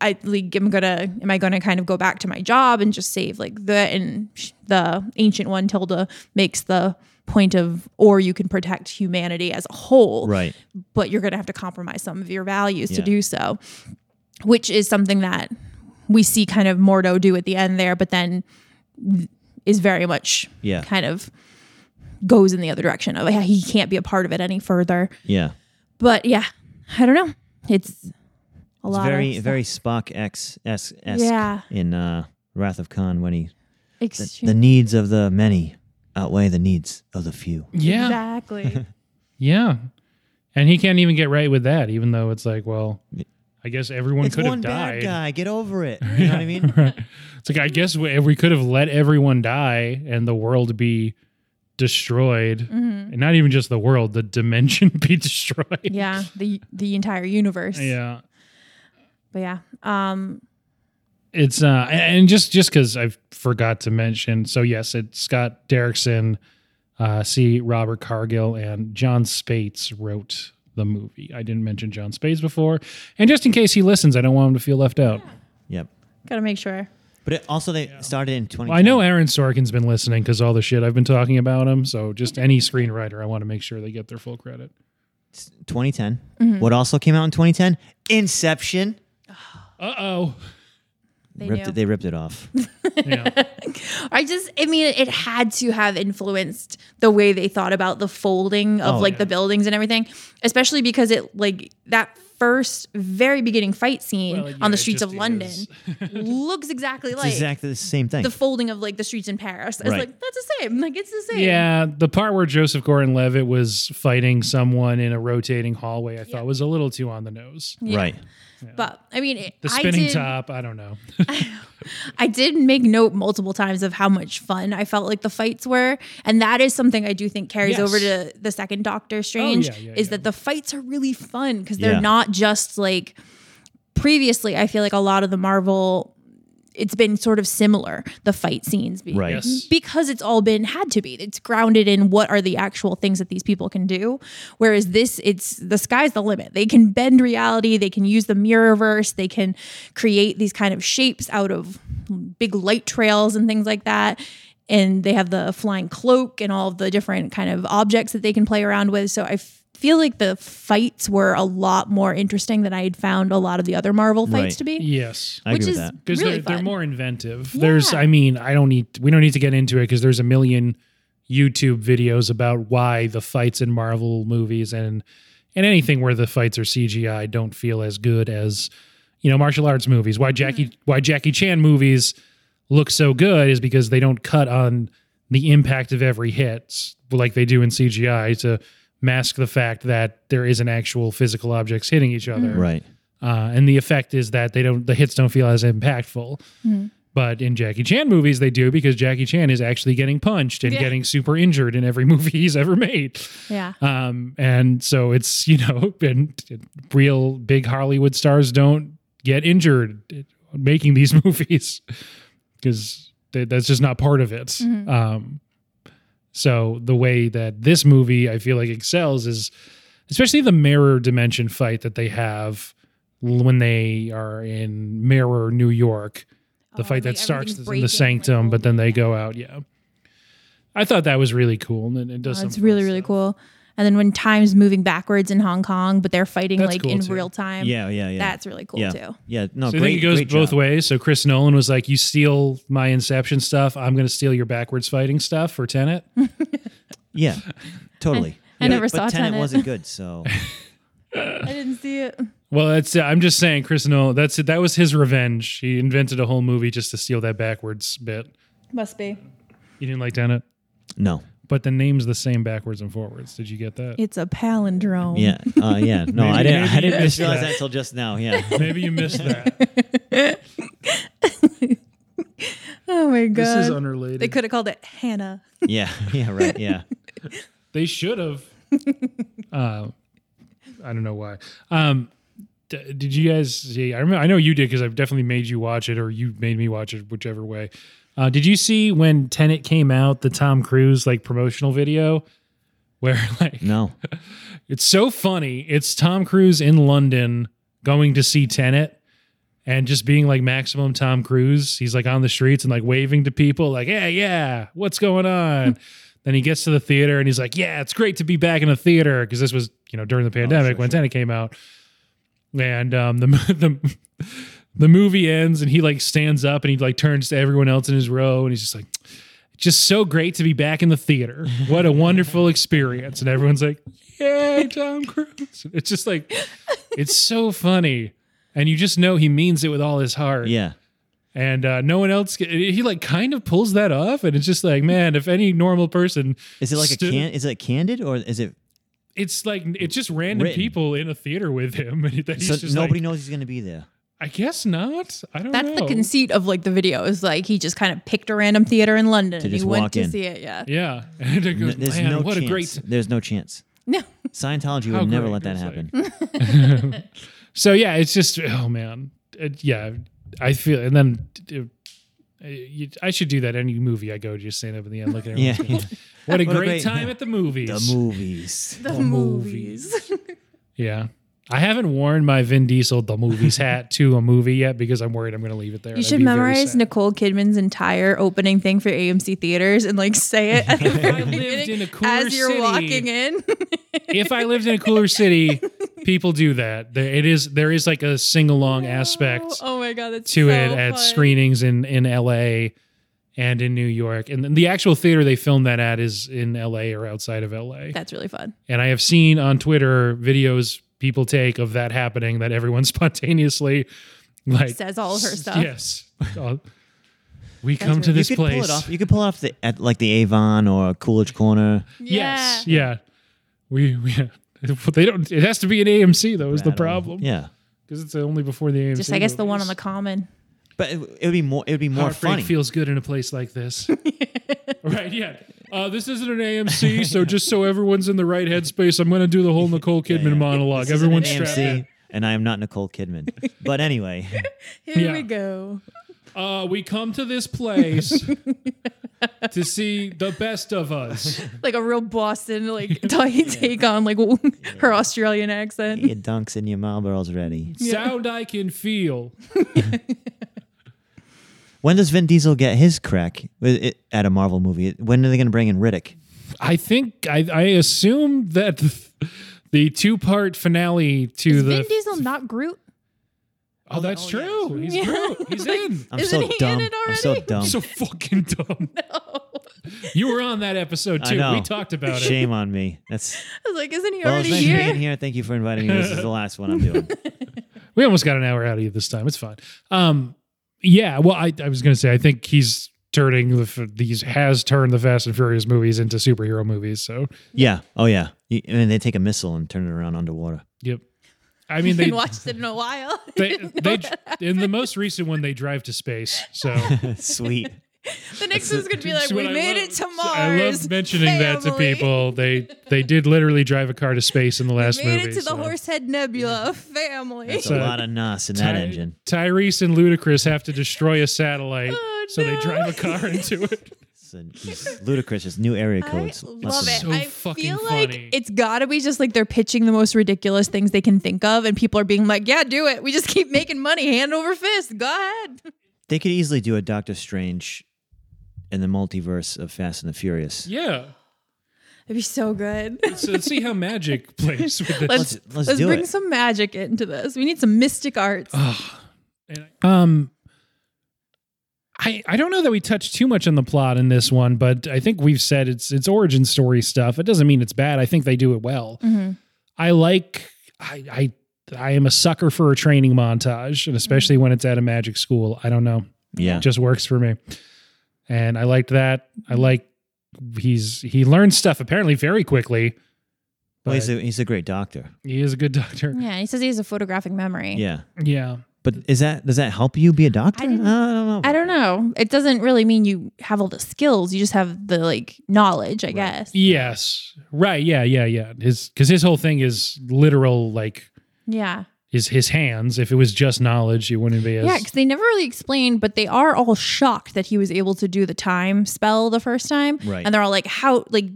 Speaker 3: I like am gonna am I gonna kind of go back to my job and just save like the and sh- the ancient one Tilda makes the point of or you can protect humanity as a whole
Speaker 2: Right.
Speaker 3: but you're going to have to compromise some of your values to
Speaker 2: Yeah.
Speaker 3: do so, which is something that we see kind of Mordo do at the end there, but then is very much
Speaker 2: Yeah.
Speaker 3: kind of goes in the other direction of yeah, he can't be a part of it any further.
Speaker 2: Yeah.
Speaker 3: But yeah, I don't know. It's a
Speaker 2: It's
Speaker 3: lot
Speaker 2: very
Speaker 3: of
Speaker 2: very Spock X S S
Speaker 3: Yeah.
Speaker 2: in uh, Wrath of Khan when he the,
Speaker 3: extreme.
Speaker 2: the needs of the many outweigh the needs of the few.
Speaker 1: Yeah. [LAUGHS]
Speaker 3: exactly.
Speaker 1: Yeah. And he can't even get right with that, even though it's like, well, I guess everyone
Speaker 2: It's
Speaker 1: could
Speaker 2: one
Speaker 1: have
Speaker 2: bad
Speaker 1: died.
Speaker 2: guy. Get
Speaker 1: [LAUGHS]
Speaker 2: over it. You know what I mean?
Speaker 1: It's like, I guess we, if we could have let everyone die and the world be destroyed,
Speaker 3: Mm-hmm.
Speaker 1: and not even just the world, the dimension [LAUGHS] be destroyed.
Speaker 3: yeah, the the entire universe.
Speaker 1: Yeah.
Speaker 3: But yeah. Um
Speaker 1: It's uh and and just just cuz I forgot to mention so yes it's Scott Derrickson uh C Robert Cargill and John Spates wrote the movie. I didn't mention John Spates before and just in case he listens I don't want him to feel left out.
Speaker 2: yep.
Speaker 3: got to make sure.
Speaker 2: But it, also they started in 20.
Speaker 1: Well, I know Aaron Sorkin's been listening cuz all the shit I've been talking about him so just any screenwriter I want to make sure they get their full credit.
Speaker 2: 2010.
Speaker 3: Mm-hmm.
Speaker 2: What also came out in 2010? Inception.
Speaker 1: Uh-oh.
Speaker 3: They
Speaker 2: ripped
Speaker 3: knew.
Speaker 2: it. They ripped it off.
Speaker 1: Yeah.
Speaker 3: I just, I mean, it had to have influenced the way they thought about the folding of
Speaker 2: Oh,
Speaker 3: like
Speaker 1: yeah.
Speaker 3: the buildings and everything, especially because it, like, that first very beginning fight scene
Speaker 1: Well, yeah,
Speaker 3: on the
Speaker 1: it
Speaker 3: streets of
Speaker 1: just [LAUGHS]
Speaker 3: London
Speaker 1: is.
Speaker 3: looks exactly
Speaker 2: It's
Speaker 3: like
Speaker 2: exactly the same thing.
Speaker 3: the folding of like the streets in Paris. It's
Speaker 2: Right.
Speaker 3: like, that's the same. Like, it's the same.
Speaker 1: Yeah, the part where Joseph Gordon-Levitt was fighting someone in a rotating hallway, I thought was a little too on the nose.
Speaker 3: Yeah.
Speaker 2: Right.
Speaker 3: But I mean, it,
Speaker 1: The
Speaker 3: I
Speaker 1: spinning
Speaker 3: did,
Speaker 1: top, I don't know.
Speaker 3: I did make note multiple times of how much fun I felt like the fights were, and that is something I do think carries
Speaker 1: Yes. Oh,
Speaker 3: over to the second Doctor Strange
Speaker 1: yeah, yeah,
Speaker 3: is
Speaker 1: yeah.
Speaker 3: that the fights are really fun because they're
Speaker 2: Yeah.
Speaker 3: not just like previously. I feel like a lot of the Marvel, it's been sort of similar the fight scenes, be-
Speaker 2: Right.
Speaker 1: Yes.
Speaker 3: because it's all been had to be. It's grounded in what are the actual things that these people can do. Whereas this, it's the sky's the limit. They can bend reality, they can use the mirrorverse, they can create these kind of shapes out of big light trails and things like that. And they have the flying cloak and all of the different kind of objects that they can play around with. So I f- feel like the fights were a lot more interesting than I had found a lot lot of the other Marvel fights
Speaker 2: Right.
Speaker 3: to be.
Speaker 1: Yes.
Speaker 2: I
Speaker 3: Which
Speaker 2: agree
Speaker 3: is
Speaker 2: with that.
Speaker 1: because
Speaker 3: [LAUGHS] really
Speaker 1: they're, they're
Speaker 3: fun.
Speaker 1: more inventive. There's,
Speaker 3: Yeah.
Speaker 1: I mean, I don't need, we don't need to get into it because there's a million YouTube videos about why the fights in Marvel movies and and anything where the fights are CGI don't feel as good as you know martial arts movies. Why
Speaker 3: Hmm.
Speaker 1: Jackie why Jackie Chan movies look so good is because they don't cut on the impact of every hit like they do in CGI to mask the fact that there isn't actual physical objects hitting each other
Speaker 2: Right.
Speaker 1: uh, and the effect is that they don't the hits don't feel as impactful. But in Jackie Chan movies, they do because Jackie Chan is actually getting punched and
Speaker 3: Yeah.
Speaker 1: getting super injured in every [LAUGHS] movie he's ever made.
Speaker 3: Yeah.
Speaker 1: Um, and so it's [LAUGHS] you know, and real big Hollywood stars don't get injured making these [LAUGHS] movies because that's just not part of it.
Speaker 3: Mm-hmm.
Speaker 1: Um, so the way that this movie I feel like excels is especially the mirror dimension fight that they have l- when they are in mirror New York. The
Speaker 3: Oh,
Speaker 1: fight
Speaker 3: like
Speaker 1: that starts
Speaker 3: everything's
Speaker 1: in
Speaker 3: breaking,
Speaker 1: the
Speaker 3: like,
Speaker 1: sanctum, but then
Speaker 3: holding
Speaker 1: they go out. Yeah, I thought that was really cool, and it does.
Speaker 3: Oh,
Speaker 1: some
Speaker 3: it's
Speaker 1: fun
Speaker 3: really really
Speaker 1: stuff.
Speaker 3: cool. And then when time's moving backwards in Hong Kong, but they're fighting
Speaker 1: That's
Speaker 3: like
Speaker 1: cool,
Speaker 3: in
Speaker 1: too.
Speaker 3: real time.
Speaker 2: Yeah. Yeah. Yeah.
Speaker 3: that's really cool
Speaker 2: yeah.
Speaker 3: too.
Speaker 2: Yeah. No.
Speaker 1: So I
Speaker 2: great.
Speaker 1: think it goes
Speaker 2: great
Speaker 1: both
Speaker 2: job.
Speaker 1: ways. So Chris Nolan was like, "You steal my Inception stuff, I'm going to steal your backwards fighting stuff for Tenet."
Speaker 2: Yeah. Totally.
Speaker 3: [LAUGHS] I- I
Speaker 2: Yeah.
Speaker 3: never
Speaker 2: but
Speaker 3: saw
Speaker 2: Tenet
Speaker 3: Tenet.
Speaker 2: wasn't good,
Speaker 3: [LAUGHS]
Speaker 2: so
Speaker 3: I didn't see it.
Speaker 1: well, that's. I'm just saying, Chris Nolan. That's it. That was his revenge. He invented a whole movie just to steal that backwards bit.
Speaker 3: Must be.
Speaker 1: You didn't like Tenet,
Speaker 2: no.
Speaker 1: but the name's the same backwards and forwards. Did you get that?
Speaker 3: It's a palindrome.
Speaker 2: Yeah. Uh, yeah. No. I
Speaker 1: Maybe-
Speaker 2: didn't.
Speaker 1: maybe
Speaker 2: I didn't
Speaker 1: you missed
Speaker 2: realize
Speaker 1: that.
Speaker 2: that until just now. Yeah. [LAUGHS]
Speaker 1: Maybe you missed that.
Speaker 3: Oh my god.
Speaker 1: This is unrelated.
Speaker 3: they could have called it Hannah.
Speaker 2: Yeah. Yeah. Right. Yeah.
Speaker 1: They should have. uh, I don't know why. Um, d- did you guys see? I remember. I know you did because I've definitely made you watch it, or you made me watch it, whichever way. Uh, did you see when Tenet came out the Tom Cruise like promotional video, where [LAUGHS] like
Speaker 2: No.
Speaker 1: it's so funny. It's Tom Cruise in London going to see Tenet and just being like maximum Tom Cruise. He's like on the streets and like waving to people, like, yeah, yeah, what's going on? Then he gets to the theater and he's like, "Yeah, it's great to be back in a theater because this was you know during the pandemic
Speaker 2: Oh, sure,
Speaker 1: when Tenet came out." And um, the [LAUGHS] the the movie ends and he like stands up and he like turns to everyone else in his row and he's just like. Just so great to be back in the theater. What a wonderful experience. And everyone's like, Yay, Tom Cruise. It's just like, it's so funny. And you just know he means it with all his heart
Speaker 2: Yeah.
Speaker 1: and uh, no one else. He like kind of pulls that off, and it's just like, man, if any normal person,
Speaker 2: Is it like
Speaker 1: Stu-
Speaker 2: a can? Is it candid or is it
Speaker 1: it's like it's just random
Speaker 2: Written.
Speaker 1: people in a theater with him, [LAUGHS] and that he's
Speaker 2: so
Speaker 1: just
Speaker 2: nobody
Speaker 1: like,
Speaker 2: knows he's gonna be there?
Speaker 1: I guess not. I don't
Speaker 3: That's
Speaker 1: know.
Speaker 3: the conceit of like the video is like he just kind of picked a random theater in London and he
Speaker 2: just
Speaker 3: went
Speaker 2: walk
Speaker 3: to
Speaker 2: in.
Speaker 3: see it. Yeah.
Speaker 1: yeah, [LAUGHS] and it goes,
Speaker 2: N- there's
Speaker 1: man,
Speaker 2: no
Speaker 1: what
Speaker 2: chance.
Speaker 1: a great.
Speaker 2: There's no chance.
Speaker 3: No. [LAUGHS]
Speaker 2: Scientology
Speaker 1: How
Speaker 2: would never
Speaker 1: great
Speaker 2: let that
Speaker 1: is [LAUGHS]
Speaker 2: happen.
Speaker 1: So yeah, it's just oh man, It- yeah. I feel and then. uh, you- I should do that any movie I go to, just stand up in the end, look at
Speaker 2: [LAUGHS] yeah.
Speaker 1: everyone. What a
Speaker 2: What a
Speaker 1: great,
Speaker 2: great-
Speaker 1: time at the movies.
Speaker 2: the movies.
Speaker 3: The,
Speaker 1: movies. Yeah. I haven't worn my Vin Diesel the movies
Speaker 2: [LAUGHS]
Speaker 1: hat to a movie yet because I'm worried I'm going to leave it there.
Speaker 3: You should memorize Nicole Kidman's entire opening thing for AMC theaters and like say it at
Speaker 1: [LAUGHS]
Speaker 3: the
Speaker 1: I
Speaker 3: very
Speaker 1: lived
Speaker 3: beginning
Speaker 1: in a cooler
Speaker 3: as you're
Speaker 1: city.
Speaker 3: walking in.
Speaker 1: If I lived in a cooler city, people do that. There, it is there is like a sing along aspect
Speaker 3: [LAUGHS] Oh my god, that's
Speaker 1: to
Speaker 3: so
Speaker 1: it at
Speaker 3: fun.
Speaker 1: screenings in in L.A. and in New York, and then the actual theater they filmed that at is in L.A. or outside of L.A.
Speaker 3: That's really fun.
Speaker 1: And I have seen on Twitter videos people take of that happening that everyone [LAUGHS] spontaneously like
Speaker 3: Says all her
Speaker 1: s-
Speaker 3: stuff.
Speaker 1: Yes. Uh, we come to
Speaker 2: You
Speaker 1: this
Speaker 2: could
Speaker 1: place.
Speaker 2: Pull it off. You could pull off the at like the Avon or Coolidge Corner.
Speaker 1: Yes. Yeah. We, we [LAUGHS] they don't it has to be an AMC though is the
Speaker 2: Rattle.
Speaker 1: problem.
Speaker 2: Yeah.
Speaker 1: Cuz it's only before the AMC.
Speaker 3: Just I guess the one on
Speaker 1: movies.
Speaker 3: the common.
Speaker 2: But it, it would be more. It would be more
Speaker 1: Heartbreak
Speaker 2: funny.
Speaker 1: feels good in a place like this. [LAUGHS] right, yeah. Uh, this isn't an AMC, so just so everyone's in the right headspace, I'm going to do the whole Nicole Kidman monologue.
Speaker 2: This is an
Speaker 1: Everyone's strapped in.
Speaker 2: AMC, and I am not Nicole
Speaker 3: [LAUGHS]
Speaker 2: Kidman. But anyway,
Speaker 3: Here
Speaker 1: Yeah.
Speaker 3: we go.
Speaker 1: uh, we come to this [LAUGHS] place to see the best of us. [LAUGHS]
Speaker 3: Like a real Boston [LAUGHS] like t- take on like [LAUGHS] her Australian accent.
Speaker 2: your dunks and your Marlboros ready.
Speaker 1: Sound I can feel.
Speaker 2: When does Vin Diesel get his crack with it, at a Marvel movie? When are they going to bring in Riddick?
Speaker 1: I think I, I assume that the, two part finale to
Speaker 3: Is
Speaker 1: the
Speaker 3: Vin Diesel not Groot?
Speaker 1: oh that's true he's
Speaker 3: Yeah.
Speaker 1: Groot. he's
Speaker 2: [LAUGHS]
Speaker 1: in
Speaker 2: I'm
Speaker 3: Isn't
Speaker 2: so
Speaker 3: he in
Speaker 2: dumb.
Speaker 3: it
Speaker 2: I'm so
Speaker 3: already?
Speaker 2: dumb.
Speaker 1: so fucking
Speaker 3: [LAUGHS]
Speaker 1: dumb. You were on that episode
Speaker 2: I
Speaker 1: too.
Speaker 2: know.
Speaker 1: We talked about it.
Speaker 2: Shame on me. That's
Speaker 3: I was like, isn't he
Speaker 2: well. It's
Speaker 3: already
Speaker 2: nice
Speaker 3: here? [LAUGHS]
Speaker 2: being here. Thank you for inviting me. This is the last one I'm doing.
Speaker 1: We almost got an hour out of you this time. It's fine. Um, yeah. Well, I, I was gonna say I think he's turning the f- these has turned the Fast and Furious movies into superhero movies. So
Speaker 2: Yeah. Oh yeah. You, I mean, they take a missile and turn it around underwater. [LAUGHS]
Speaker 1: yep. I mean
Speaker 3: [LAUGHS]
Speaker 1: they
Speaker 3: Been watched it in a
Speaker 1: [LAUGHS]
Speaker 3: while.
Speaker 1: they, they in the most recent one they drive to space. So.
Speaker 2: Sweet.
Speaker 3: the next one's gonna [LAUGHS] be like,
Speaker 1: So
Speaker 3: we
Speaker 1: what I
Speaker 3: made
Speaker 1: love-
Speaker 3: it to
Speaker 1: so
Speaker 3: Mars.
Speaker 1: I love mentioning that to
Speaker 3: family.
Speaker 1: people. They they did literally drive a car to space in the last
Speaker 3: made
Speaker 1: movie.
Speaker 3: it to the
Speaker 1: so.
Speaker 3: Horsehead Nebula family.
Speaker 2: That's
Speaker 1: So-
Speaker 2: a lot of nos in that
Speaker 1: Ty-
Speaker 2: engine.
Speaker 1: Tyrese and Ludacris have to destroy a satellite,
Speaker 3: Oh,
Speaker 1: so they
Speaker 3: no.
Speaker 1: drive a
Speaker 3: [LAUGHS]
Speaker 1: car into it.
Speaker 2: It's a- it's ludicrous. It's new area
Speaker 3: [LAUGHS] I
Speaker 2: codes.
Speaker 3: love it.
Speaker 1: So
Speaker 3: I
Speaker 1: fucking
Speaker 3: feel like
Speaker 1: funny.
Speaker 3: it's gotta be just like they're pitching the most ridiculous things they can think of, and people are being like, "Yeah, do it. We just keep making money hand over fist. Go ahead."
Speaker 2: They could easily do a Doctor Strange in the multiverse of Fast and the Furious.
Speaker 1: Yeah.
Speaker 3: It'd be so good.
Speaker 1: So let's see how
Speaker 3: [LAUGHS]
Speaker 1: magic plays with this.
Speaker 3: Let's
Speaker 2: Let's-
Speaker 3: let's, [LAUGHS]
Speaker 2: let's do
Speaker 3: bring
Speaker 2: it.
Speaker 3: some magic into this. We need some mystic arts.
Speaker 1: And I- um, I I don't know that we touched too much on the plot in this one, but I think we've said it's it's origin story stuff. It doesn't mean it's bad. I think they do it well.
Speaker 3: Mhm.
Speaker 1: I like I I I am a sucker for a training montage, and especially when it's at a magic school. I don't know.
Speaker 2: Yeah.
Speaker 1: It just works for me. And I liked that. I like he's he learns stuff apparently very quickly.
Speaker 2: Well, he's
Speaker 1: but
Speaker 2: a, he's a great doctor.
Speaker 1: he is a good doctor.
Speaker 3: Oh, Yeah, he says he has a photographic memory.
Speaker 2: Yeah.
Speaker 1: Yeah.
Speaker 2: But is that does that help you be a doctor? Uh,
Speaker 3: I didn't-
Speaker 2: don't know.
Speaker 3: I don't know. It doesn't really mean you have all the skills. You just have the like knowledge, I guess.
Speaker 1: Yes. Right. Yeah. Yeah. Yeah. His because his whole thing is literal like
Speaker 3: Yeah.
Speaker 1: his his hands. If it was just knowledge, it wouldn't be as
Speaker 3: Yeah, because they never really explained, but they are all shocked that he was able to do the time spell the first time.
Speaker 2: Right.
Speaker 3: And they're all like, how, like,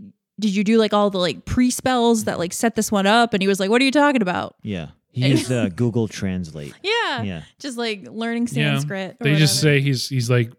Speaker 3: did you do like all the like pre spells that like set this one up? And he was like, what are you talking about? [LAUGHS]
Speaker 2: Yeah. He used uh, Google Translate.
Speaker 3: Yeah.
Speaker 2: Yeah.
Speaker 3: Just like learning
Speaker 1: Yeah.
Speaker 3: Sanskrit. or
Speaker 1: they just
Speaker 3: whatever.
Speaker 1: say he's he's like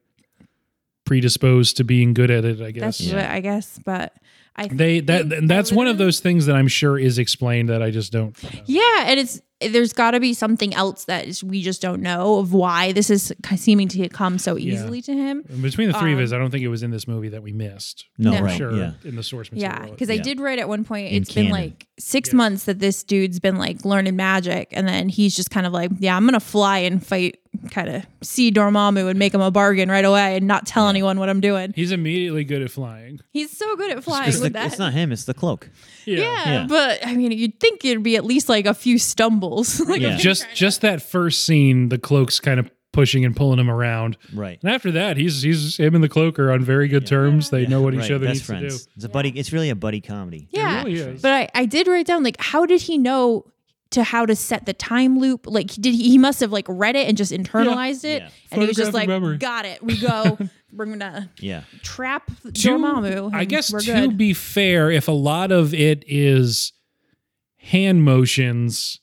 Speaker 1: predisposed to being good at it, I guess.
Speaker 3: That's what I guess, but I
Speaker 1: they that
Speaker 3: think
Speaker 1: and that's
Speaker 3: I
Speaker 1: one of
Speaker 3: would've-
Speaker 1: those things that I'm sure is explained that I just don't.
Speaker 3: Yeah, and it's there's got to be something else that is, we just don't know of why this is seeming to come so
Speaker 1: Yeah.
Speaker 3: easily to him.
Speaker 1: Between the three of
Speaker 3: Um,
Speaker 1: us, I don't think it was in this movie that we missed.
Speaker 2: No,
Speaker 3: No.
Speaker 1: I'm
Speaker 2: right.
Speaker 1: sure
Speaker 2: Yeah.
Speaker 1: in the source material.
Speaker 3: Yeah, because I
Speaker 2: Yeah.
Speaker 3: did write at one point.
Speaker 2: In
Speaker 3: It's
Speaker 2: canon.
Speaker 3: been like six
Speaker 1: Yeah.
Speaker 3: months that this dude's been like learning magic, and then he's just kind of like, "Yeah, I'm gonna fly and fight, kind of see Dormammu and make him a bargain right away, and not tell anyone what I'm doing."
Speaker 1: he's immediately good at flying.
Speaker 3: He's so good at flying
Speaker 2: It's,
Speaker 3: with
Speaker 2: the-
Speaker 3: that.
Speaker 2: it's not him. It's the cloak.
Speaker 1: Yeah.
Speaker 3: yeah,
Speaker 2: Yeah.
Speaker 3: but I mean, you'd think it'd be at least like a few stumbles. [LAUGHS] like,
Speaker 2: Yeah.
Speaker 1: Just just that first scene, the cloak's kind of pushing and pulling him around.
Speaker 2: Right.
Speaker 1: And after that, he's he's him and the cloak are on very good terms. [LAUGHS] They know what each
Speaker 2: Right,
Speaker 1: other
Speaker 2: best
Speaker 1: needs
Speaker 2: friends.
Speaker 1: to
Speaker 2: It's a buddy. It's really a buddy comedy.
Speaker 3: yeah.
Speaker 1: really is.
Speaker 3: But I, I did write down like, how did he know to how to set the time loop? Like, did he, he must have like read it and just internalized it,
Speaker 2: Yeah.
Speaker 3: and he was just like,
Speaker 1: Photographic memory.
Speaker 3: "Got it, we
Speaker 1: [LAUGHS]
Speaker 3: go." We're gonna
Speaker 2: Yeah.
Speaker 3: trap
Speaker 1: do.
Speaker 3: Dormammu.
Speaker 1: I
Speaker 3: and
Speaker 1: guess
Speaker 3: we're
Speaker 1: to
Speaker 3: good.
Speaker 1: be fair, if a lot of it is hand motions,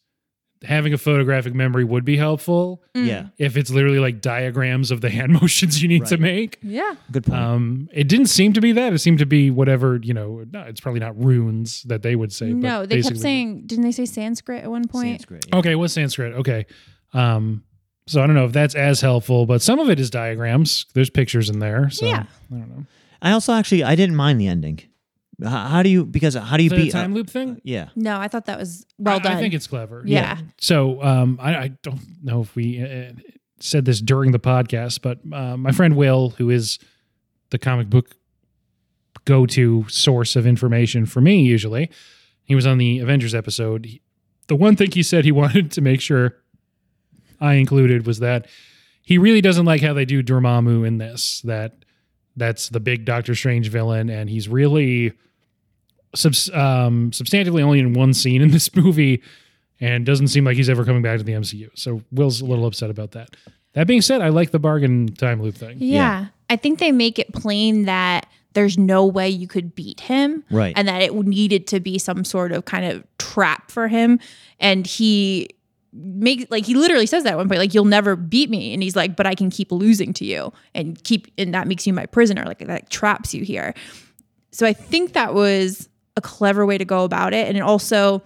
Speaker 1: having a photographic memory would be helpful.
Speaker 3: Mm.
Speaker 2: Yeah.
Speaker 1: If it's literally like diagrams of the hand [LAUGHS] motions you need to
Speaker 2: Right.
Speaker 1: make.
Speaker 3: yeah,
Speaker 2: Good point.
Speaker 1: Um, it didn't seem to be that. It seemed to be whatever you know. No, it's probably not runes that they would say. but
Speaker 3: no, they kept
Speaker 1: basically-
Speaker 3: saying, didn't they say Sanskrit at one point?
Speaker 2: Sanskrit, yeah.
Speaker 1: Okay, what's Sanskrit? Okay, um, so I don't know if that's as helpful, but some of it is diagrams. There's pictures in there. So
Speaker 3: Yeah.
Speaker 1: I don't know.
Speaker 2: I also actually I didn't mind the ending. H- How do you because how do you
Speaker 1: Is that a
Speaker 2: beat uh,
Speaker 1: time loop thing?
Speaker 2: Yeah.
Speaker 3: No, I thought that was well
Speaker 1: I-
Speaker 3: done.
Speaker 1: I think it's clever.
Speaker 3: Yeah.
Speaker 1: So um, I, I don't know if we uh, said this during the podcast, but uh, my friend Will, who is the comic book go to source of information for me usually, he was on the Avengers episode. He- the one thing he said he [LAUGHS] wanted to make sure I included was that he really doesn't like how they do Dormammu in this. That that's the big Doctor Strange villain, and he's really subs- um, substantively only in one scene in [LAUGHS] this movie, and doesn't seem like he's ever coming back to the MCU. So Will's a little upset about that. That being said, I like the bargain time loop thing.
Speaker 3: yeah. I think they make it plain that there's no way you could beat him.
Speaker 2: Right.
Speaker 3: And that it needed to be some sort of kind of trap for him. And he makes like he literally says that at one point, like, you'll never beat me. And he's like, but I can keep losing to you and keep and that makes you my prisoner. Like that traps you here. So I think that was a clever way to go about it. And it also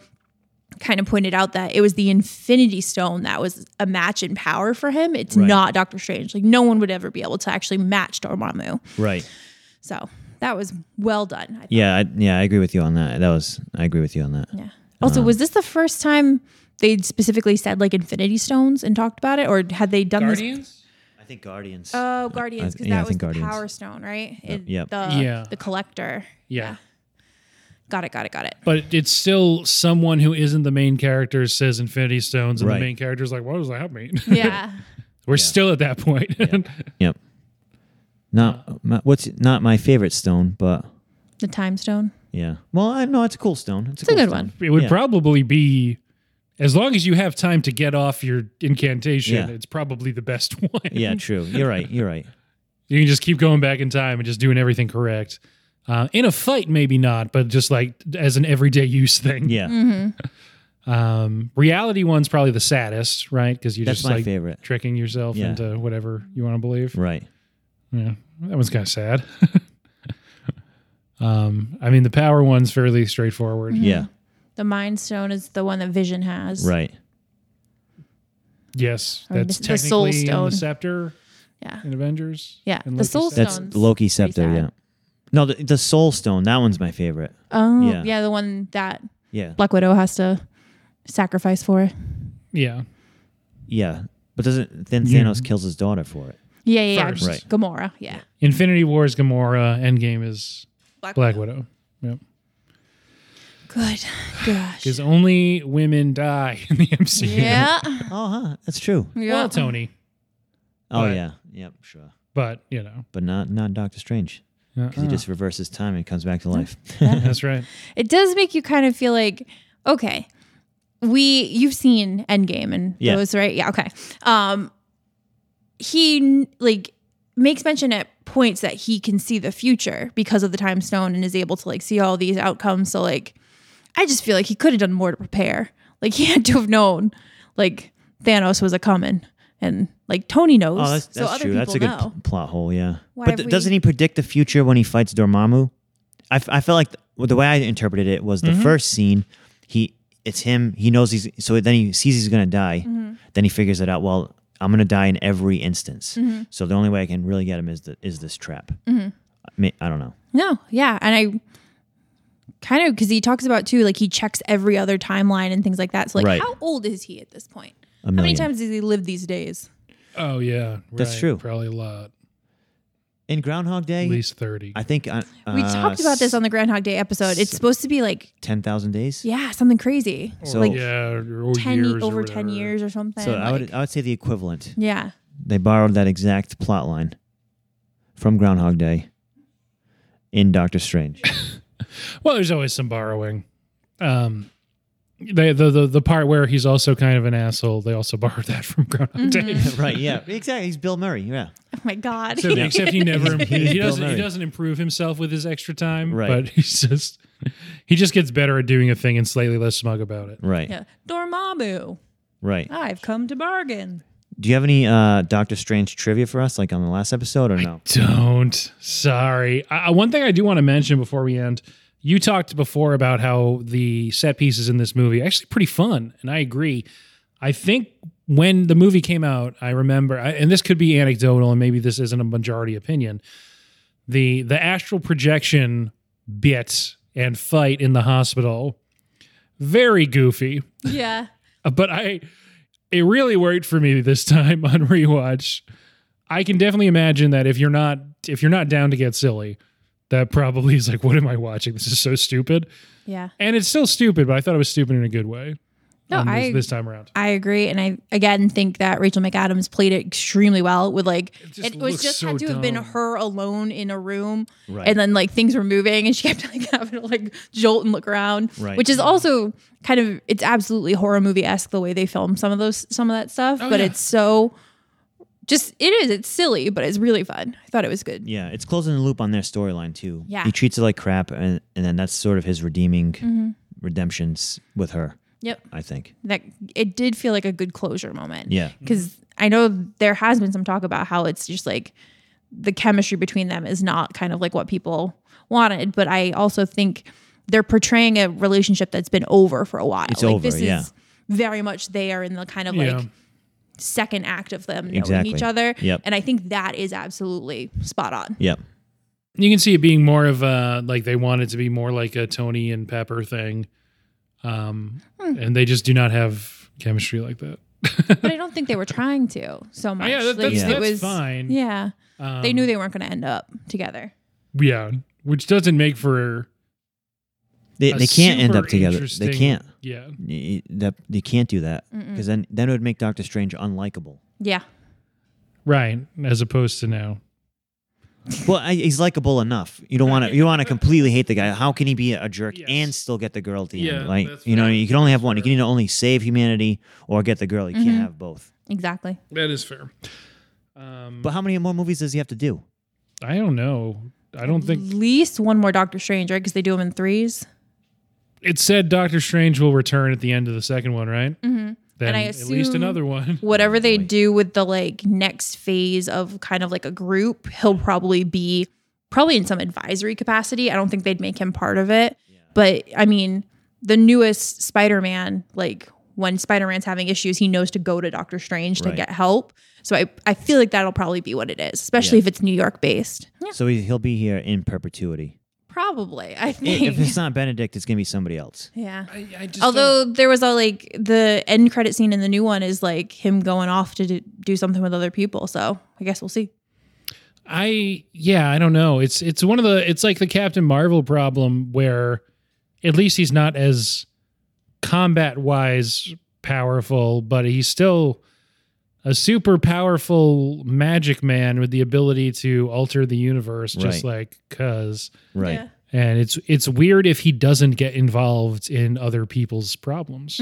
Speaker 3: kind of pointed out that it was the Infinity Stone that was a match in power for him. It's
Speaker 2: Right.
Speaker 3: not Doctor Strange. Like no one would ever be able to actually match Dormammu.
Speaker 2: Right.
Speaker 3: So that was well done. I thought.
Speaker 2: Yeah. I, yeah. I agree with you on that. That was I agree with you on that.
Speaker 3: Yeah.
Speaker 2: Um,
Speaker 3: Also, was this the first time they specifically said like Infinity Stones and talked about it, or had they done this?
Speaker 2: I think Guardians.
Speaker 3: Oh, Guardians, because
Speaker 2: Uh, yeah, I
Speaker 3: that was
Speaker 2: think
Speaker 3: the
Speaker 2: Guardians.
Speaker 3: Power Stone, right? It-
Speaker 2: Yep.
Speaker 3: The,
Speaker 1: Yeah.
Speaker 3: the collector.
Speaker 1: Yeah.
Speaker 3: Got it, got it, got it.
Speaker 1: But it's still someone who isn't the main character says Infinity Stones, and
Speaker 2: Right.
Speaker 1: the main character's like, "What does that mean?" [LAUGHS]
Speaker 3: Yeah.
Speaker 1: We're still at that point.
Speaker 2: yep. Not my, what's not my favorite stone, but
Speaker 3: [LAUGHS] the Time Stone.
Speaker 2: yeah. Well, I know it's a cool stone. It's a,
Speaker 3: It's a
Speaker 2: cool
Speaker 3: good
Speaker 2: stone.
Speaker 3: one.
Speaker 1: [LAUGHS] it would
Speaker 2: Yeah.
Speaker 1: probably be as long as you have time to get off your incantation,
Speaker 2: Yeah.
Speaker 1: it's probably the best [LAUGHS] one.
Speaker 2: Yeah. True. You're right. You're
Speaker 3: [LAUGHS]
Speaker 2: right.
Speaker 1: You can just keep going back in time and just doing everything correct. Uh, in a fight, maybe not, but just like as an everyday use thing.
Speaker 2: Yeah.
Speaker 3: Mm-hmm.
Speaker 1: Um, reality one's probably the saddest, right? Because you're
Speaker 2: That's
Speaker 1: just
Speaker 2: my
Speaker 1: like
Speaker 2: favorite.
Speaker 1: tricking yourself
Speaker 2: Yeah.
Speaker 1: into whatever you want to believe.
Speaker 2: Right.
Speaker 1: Yeah, that one's kind of sad. [LAUGHS] um, I mean, the power one's fairly straightforward.
Speaker 3: Mm-hmm.
Speaker 2: Yeah.
Speaker 3: The Mind Stone is the one that Vision has.
Speaker 2: Right.
Speaker 1: Yes,
Speaker 3: Or
Speaker 1: that's
Speaker 3: the- the Soul
Speaker 1: technically in
Speaker 3: Stone.
Speaker 1: the scepter
Speaker 3: Yeah.
Speaker 1: in Avengers.
Speaker 3: Yeah.
Speaker 1: And
Speaker 3: the
Speaker 1: Loki's
Speaker 3: Soul
Speaker 1: stone.
Speaker 2: That's
Speaker 3: Stones.
Speaker 2: Loki scepter.
Speaker 3: sad.
Speaker 2: Yeah. No, the, the soul stone. That one's my favorite.
Speaker 3: Oh,
Speaker 2: Yeah.
Speaker 3: yeah. the one that
Speaker 2: Yeah.
Speaker 3: Black Widow has to sacrifice for.
Speaker 1: Yeah,
Speaker 2: Yeah. But doesn't then
Speaker 1: Yeah.
Speaker 2: Thanos kills his daughter for it?
Speaker 3: Yeah, yeah, yeah.
Speaker 1: First.
Speaker 2: Right.
Speaker 3: Gamora. Yeah.
Speaker 1: Infinity War is Gamora. Endgame is
Speaker 3: Black,
Speaker 1: Black Widow. Yep.
Speaker 3: Good. Gosh.
Speaker 1: Because only women die in the MCU. [LAUGHS]
Speaker 3: yeah.
Speaker 2: Oh, huh. That's true.
Speaker 3: yeah.
Speaker 1: Well, Tony,
Speaker 2: Oh
Speaker 1: But-
Speaker 2: yeah. Yep. Sure.
Speaker 1: but you know,
Speaker 2: But not not Doctor Strange because
Speaker 1: uh-uh.
Speaker 2: he just reverses time and comes back to life.
Speaker 3: [LAUGHS]
Speaker 1: that's right.
Speaker 3: it does make you kind of feel like, okay, we you've seen Endgame and
Speaker 2: Yeah.
Speaker 3: those, right? Yeah, okay. Um he like makes mention at points that he can see the future because of the time stone and is able to like see all these outcomes. So like I just feel like he could have [LAUGHS] done more to prepare. Like he had to have known like Thanos was a coming and Like Tony knows,
Speaker 2: Oh, that's,
Speaker 3: so
Speaker 2: that's
Speaker 3: other
Speaker 2: true.
Speaker 3: people
Speaker 2: That's a good
Speaker 3: know.
Speaker 2: p- plot hole, yeah.
Speaker 3: Why
Speaker 2: but
Speaker 3: have
Speaker 2: th- doesn't
Speaker 3: we-
Speaker 2: he predict the future when he fights Dormammu? I, f- I felt like th- well, the way I interpreted it was
Speaker 3: Mm-hmm.
Speaker 2: the first scene, he it's him. He knows he's so then he sees he's gonna die.
Speaker 3: Mm-hmm.
Speaker 2: Then he figures it out. Well, I'm gonna die in every instance.
Speaker 3: Mm-hmm.
Speaker 2: So the only way I can really get him is the, is this trap. I, mean, I don't know.
Speaker 3: No, yeah, and I kind of because he talks about too, like he checks every other timeline and things like that. So like,
Speaker 2: Right.
Speaker 3: how old is he at this point?
Speaker 2: A
Speaker 3: How many
Speaker 2: million.
Speaker 3: times does he live these days?
Speaker 1: Oh yeah,
Speaker 2: That's
Speaker 1: right.
Speaker 2: true.
Speaker 1: Probably a lot,
Speaker 2: in Groundhog
Speaker 1: at
Speaker 2: Day?
Speaker 1: least thirty.
Speaker 2: I think uh,
Speaker 3: We
Speaker 2: uh,
Speaker 3: talked about this on the Groundhog Day episode. It's supposed to be like,
Speaker 2: ten thousand days.
Speaker 3: yeah, something crazy,
Speaker 2: So
Speaker 3: like
Speaker 1: yeah, or or
Speaker 3: ten
Speaker 1: years or
Speaker 3: over ten
Speaker 1: whatever.
Speaker 3: years or something.
Speaker 2: so I
Speaker 3: like-
Speaker 2: would I would say the equivalent.
Speaker 3: yeah,
Speaker 2: they borrowed that exact plot line from Groundhog Day in Doctor Strange.
Speaker 1: Well, there's always some borrowing. Um, they, the the the part where he's also kind of an asshole. They also [LAUGHS] borrowed that from Groundhog Day.
Speaker 2: [LAUGHS] right, yeah. Exactly. He's Bill Murray, yeah.
Speaker 3: oh my god, [LAUGHS]
Speaker 1: Except, [LAUGHS] except
Speaker 2: [LAUGHS]
Speaker 1: he never
Speaker 2: He's
Speaker 1: he
Speaker 2: Bill
Speaker 1: doesn't he
Speaker 2: Murray.
Speaker 1: doesn't improve himself with his extra time.
Speaker 2: Right.
Speaker 1: But he's just he just gets better at doing a thing and slightly less smug about it.
Speaker 2: Right.
Speaker 3: yeah, Dormammu,
Speaker 2: Right.
Speaker 3: I've come to bargain.
Speaker 2: Do you have any uh Doctor Strange trivia for us like on the last episode or no?
Speaker 1: Don't. Sorry. I, I- one thing I do want to mention before we end. You talked before about how the set pieces in this movie are actually pretty fun, and I agree. I think when the movie came out, I remember, I, and this could be anecdotal, and maybe this isn't a majority opinion. the The astral projection bit and fight in the hospital, very goofy,
Speaker 3: Yeah,
Speaker 1: uh, but I it really worked for me this time [LAUGHS] on rewatch. I can definitely imagine that if you're not if you're not down to get silly, that probably is like, what am I watching? This is so stupid,
Speaker 3: yeah.
Speaker 1: and it's still stupid, but I thought it was stupid in a good way.
Speaker 3: No,
Speaker 1: on this,
Speaker 3: I-
Speaker 1: this time around.
Speaker 3: I agree, and I again think that Rachel McAdams played it extremely well. With like,
Speaker 1: It
Speaker 3: it,
Speaker 1: just
Speaker 3: was
Speaker 1: looks
Speaker 3: just
Speaker 1: so
Speaker 3: had to have been
Speaker 1: dumb.
Speaker 3: her alone in a room,
Speaker 2: Right.
Speaker 3: and then like things were moving, and she [LAUGHS] kept like having to like jolt and look around,
Speaker 2: Right.
Speaker 3: which is also kind of it's absolutely horror movie esque the way they film some of those some of that stuff,
Speaker 1: Oh,
Speaker 3: but
Speaker 1: yeah.
Speaker 3: it's so just it is it's silly, but it's really fun. I thought it was good.
Speaker 2: yeah, it's closing the loop on their storyline too.
Speaker 3: Yeah.
Speaker 2: He treats it like crap and, and then that's sort of his redeeming
Speaker 3: Mm-hmm.
Speaker 2: redemptions with her,
Speaker 3: Yep,
Speaker 2: I [LAUGHS] think.
Speaker 3: that it did feel like a good closure moment.
Speaker 2: Yeah.
Speaker 3: because I know there has been some talk about how it's just like the chemistry between them is not kind of like what people wanted, but I also think they're portraying a relationship that's been over for a while.
Speaker 2: It's
Speaker 3: like
Speaker 2: over,
Speaker 3: this
Speaker 2: yeah.
Speaker 3: is very much they are in the kind of
Speaker 1: Yeah.
Speaker 3: like second act of them knowing
Speaker 2: Exactly.
Speaker 3: each other.
Speaker 2: Yep.
Speaker 3: And I think that is absolutely spot on.
Speaker 2: Yep.
Speaker 1: you can see it being more of a like they want it to be more like a Tony and Pepper thing, um,
Speaker 3: Hmm.
Speaker 1: and they just do not have chemistry like that. [LAUGHS]
Speaker 3: But I don't think they were trying to so much.
Speaker 1: yeah, that-
Speaker 3: Like,
Speaker 1: that's-
Speaker 3: it
Speaker 1: that's
Speaker 3: was-
Speaker 1: fine.
Speaker 3: Yeah.
Speaker 1: Um,
Speaker 3: they knew they weren't going to end up together.
Speaker 1: yeah, which doesn't make for
Speaker 2: They,
Speaker 1: a
Speaker 2: they can't end
Speaker 1: super
Speaker 2: up together. They
Speaker 1: interesting-
Speaker 2: can't.
Speaker 1: Yeah,
Speaker 2: Y- y- That they can't do that because then then it would make Doctor Strange unlikable.
Speaker 3: Yeah.
Speaker 1: right. As opposed to now,
Speaker 2: Well, I, he's likable enough. You don't want to. You want to completely hate the guy. How can he be a jerk
Speaker 1: Yes.
Speaker 2: and still get the girl at the
Speaker 1: Yeah,
Speaker 2: end? Like
Speaker 1: that's
Speaker 2: you know,
Speaker 1: fair.
Speaker 2: you can only have one. You
Speaker 1: Fair.
Speaker 2: can either only save humanity or get the girl. You
Speaker 3: Mm-hmm.
Speaker 2: can't have both.
Speaker 3: Exactly.
Speaker 1: that is fair. Um,
Speaker 2: But how many more movies does he have to do?
Speaker 1: I don't know. I don't
Speaker 3: At
Speaker 1: think
Speaker 3: least one more Doctor Strange, right? Because they do them in threes.
Speaker 1: it said Doctor Strange will return at the end of the second one, right? Mm-hmm. Then
Speaker 3: And I
Speaker 1: at least
Speaker 3: assume-
Speaker 1: another one. [LAUGHS]
Speaker 3: whatever they do with the like next phase of kind of like a group, he'll probably be probably in some advisory capacity. I don't think they'd make him part of it. But I mean, the newest Spider-Man, like when Spider-Man's having issues, he knows to go to Doctor Strange to
Speaker 2: Right.
Speaker 3: get help. So I, I feel like that'll probably be what it is, especially
Speaker 2: Yeah.
Speaker 3: if it's New York based. Yeah,
Speaker 2: So he, he'll be here in
Speaker 3: [LAUGHS]
Speaker 2: perpetuity.
Speaker 3: probably. I
Speaker 2: I- If
Speaker 3: think.
Speaker 2: it's not Benedict, it's gonna be somebody else.
Speaker 3: [LAUGHS] Yeah.
Speaker 1: I, I just
Speaker 3: Although there was a like the end credit scene in the new one is like him going off to do, do something with other people. So I guess we'll see.
Speaker 1: I yeah, I don't know. It's it's one of the it's like the Captain Marvel problem where at least he's not as combat wise powerful, but he's still a super powerful magic man with the ability to alter the universe just
Speaker 2: Right.
Speaker 1: like cuz
Speaker 2: Right.
Speaker 3: Yeah.
Speaker 1: and it's it's weird if he doesn't get involved in other people's problems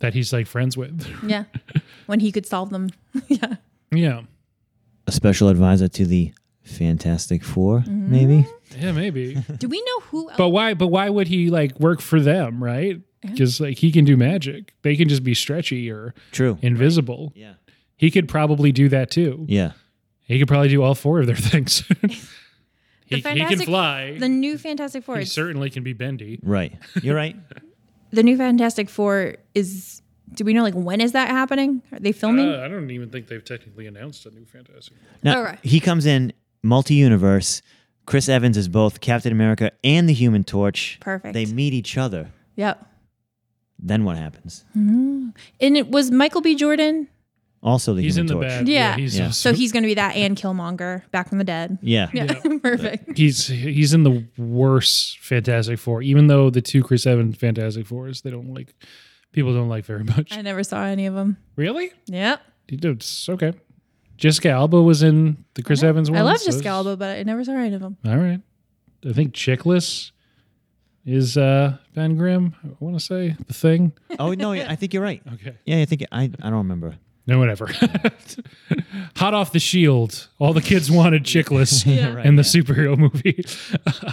Speaker 1: that he's like friends with. [LAUGHS]
Speaker 3: Yeah. [LAUGHS] when he could solve them. yeah.
Speaker 1: yeah.
Speaker 2: A special advisor to the Fantastic 4
Speaker 3: Mm-hmm.
Speaker 2: maybe.
Speaker 1: Yeah, maybe.
Speaker 3: Do we know who else?
Speaker 1: But why? But why would he like work for them, right? Because like he can do magic, they can just be stretchy or
Speaker 2: True.
Speaker 1: invisible.
Speaker 2: Yeah.
Speaker 1: He could probably do that too.
Speaker 2: Yeah.
Speaker 1: He could probably do all four of their [LAUGHS] things. he, he can
Speaker 3: Fantastic-
Speaker 1: fly.
Speaker 3: The new Fantastic Four.
Speaker 1: he
Speaker 3: is-
Speaker 1: certainly can be bendy.
Speaker 2: Right. You're
Speaker 3: [LAUGHS]
Speaker 2: right.
Speaker 3: the new Fantastic Four is. Do we know like when is that happening? Are they filming?
Speaker 1: Uh, I don't even think they've technically announced a new Fantastic. Four.
Speaker 2: Now,
Speaker 3: All right.
Speaker 2: He comes in multi universe. Chris Evans is both Captain America and the Human Torch.
Speaker 3: Perfect.
Speaker 2: They meet each other.
Speaker 3: yep.
Speaker 2: Then what happens?
Speaker 3: And it was Michael B. Jordan.
Speaker 2: Also the
Speaker 1: He's
Speaker 2: Human
Speaker 1: in the
Speaker 2: Torch.
Speaker 1: bag.
Speaker 3: Yeah.
Speaker 1: he's,
Speaker 2: Yeah.
Speaker 3: So he's going to be that and Killmonger back from the dead.
Speaker 2: Yeah.
Speaker 3: Yeah. [LAUGHS] Perfect.
Speaker 1: he's he's in the worst Fantastic Four. Even though the two Chris Evans Fantastic Fours, they don't like people don't like very much.
Speaker 3: I never saw any of them.
Speaker 1: really?
Speaker 3: Yep.
Speaker 1: It's okay. Jessica Alba was in the Chris Evans one.
Speaker 3: I love
Speaker 1: so it's-
Speaker 3: Jessica Alba, but I never saw any of them.
Speaker 1: All right. I think Chickless is uh Ben Grimm, I want to say, the thing.
Speaker 2: Oh no, yeah, I think you're right.
Speaker 1: Okay.
Speaker 2: Yeah, I think I, I don't remember.
Speaker 1: No, whatever. [LAUGHS] Hot off the shield. All the kids wanted Chickless
Speaker 2: Right,
Speaker 1: in the
Speaker 2: yeah.
Speaker 1: superhero movie.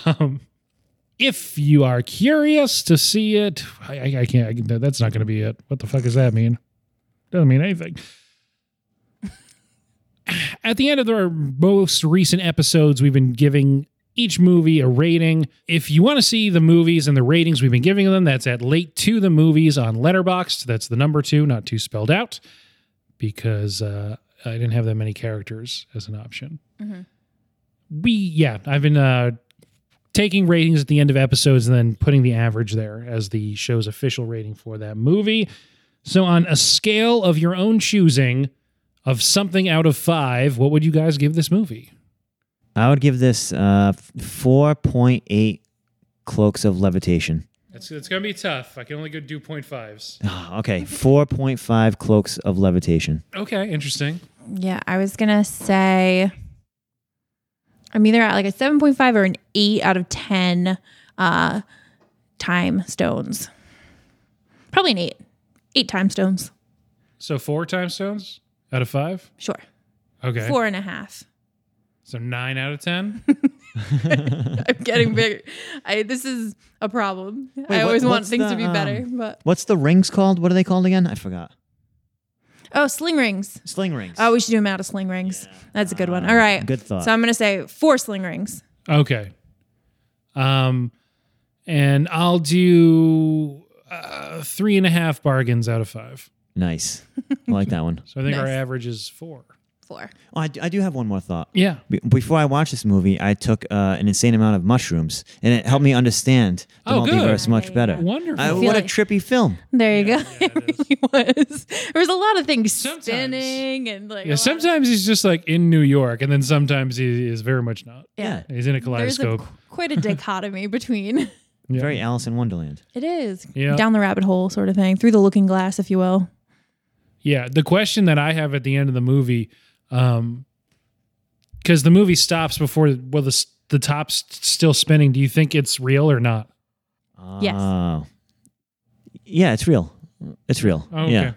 Speaker 1: [LAUGHS] um, if you are curious to see it, I, I, I can't. I, can- that's not going to be it. What the fuck does that mean? Doesn't mean anything. [SIGHS] At the end of our most recent episodes, we've been giving each movie a rating. If you want to see the movies and the ratings we've been giving them, that's at late to the movies on Letterboxd. That's the number two, not two spelled out, because uh, I didn't have that many characters as an option. We yeah, I've been uh, taking ratings at the end of episodes and then putting the average there as the show's official rating for that movie. So on a scale of your own choosing of something out of five, what would you guys give this movie?
Speaker 2: I would give this uh, 4.8 cloaks of levitation. [SIGHS]
Speaker 1: It's, it's gonna be tough. I can only go do point fives.
Speaker 2: Ah, okay, 4.5 cloaks of levitation.
Speaker 1: Okay, interesting.
Speaker 3: Yeah, I was going to say I'm either at like a 7.5 or an 8 out of 10 uh, time stones. Probably an 8. 8 time stones.
Speaker 1: So four time stones out of five.
Speaker 3: Sure.
Speaker 1: Okay,
Speaker 3: Four and a half. [LAUGHS]
Speaker 1: so nine out of ten.
Speaker 3: I'm getting bigger. I, this is a problem. I
Speaker 2: what-
Speaker 3: always want
Speaker 2: what's
Speaker 3: things
Speaker 2: the,
Speaker 3: to be
Speaker 2: um,
Speaker 3: better. But
Speaker 2: What's the rings called? What are they called again? I forgot.
Speaker 3: Oh, sling rings.
Speaker 2: Sling rings.
Speaker 3: Oh, we should do them out of sling rings. That's a good one. All right.
Speaker 2: Uh, good thought.
Speaker 3: So I'm going to say four sling rings.
Speaker 1: Okay. Um, and I'll do uh, three and a half bargains out of five.
Speaker 2: nice. I like that
Speaker 3: [LAUGHS]
Speaker 2: one.
Speaker 1: So I think our
Speaker 3: Nice.
Speaker 1: average is four.
Speaker 3: Four.
Speaker 2: Oh, I, d- I do have one more thought.
Speaker 1: Yeah.
Speaker 2: Be- Before I watched this movie, I took uh, an insane amount of mushrooms, and it helped me understand the
Speaker 1: Oh, good.
Speaker 2: multiverse much
Speaker 3: Okay,
Speaker 2: better.
Speaker 3: yeah.
Speaker 1: Wonderful.
Speaker 2: I,
Speaker 3: feel
Speaker 2: what a
Speaker 3: like-
Speaker 2: trippy film!
Speaker 3: There you [LAUGHS] go. he was. There was a lot of things
Speaker 1: Sometimes.
Speaker 3: spinning and like.
Speaker 1: yeah.
Speaker 3: a lot of-
Speaker 1: Sometimes he's just like in New York, and then sometimes he is very much not.
Speaker 2: Yeah,
Speaker 1: He's in a
Speaker 3: There's a,
Speaker 1: kaleidoscope.
Speaker 3: qu- [LAUGHS] quite a dichotomy between.
Speaker 1: Yeah.
Speaker 2: very Alice in Wonderland.
Speaker 3: [LAUGHS] It is
Speaker 1: Yeah.
Speaker 3: down the rabbit hole sort of thing, through the looking glass, if you will.
Speaker 1: Yeah, the question that I have at the end of the movie, because the movie stops before well the s- the top's still spinning. Do you think it's real or not?
Speaker 3: Yes.
Speaker 2: Oh. Yeah, it's real. It's real.
Speaker 1: Oh,
Speaker 2: Yeah.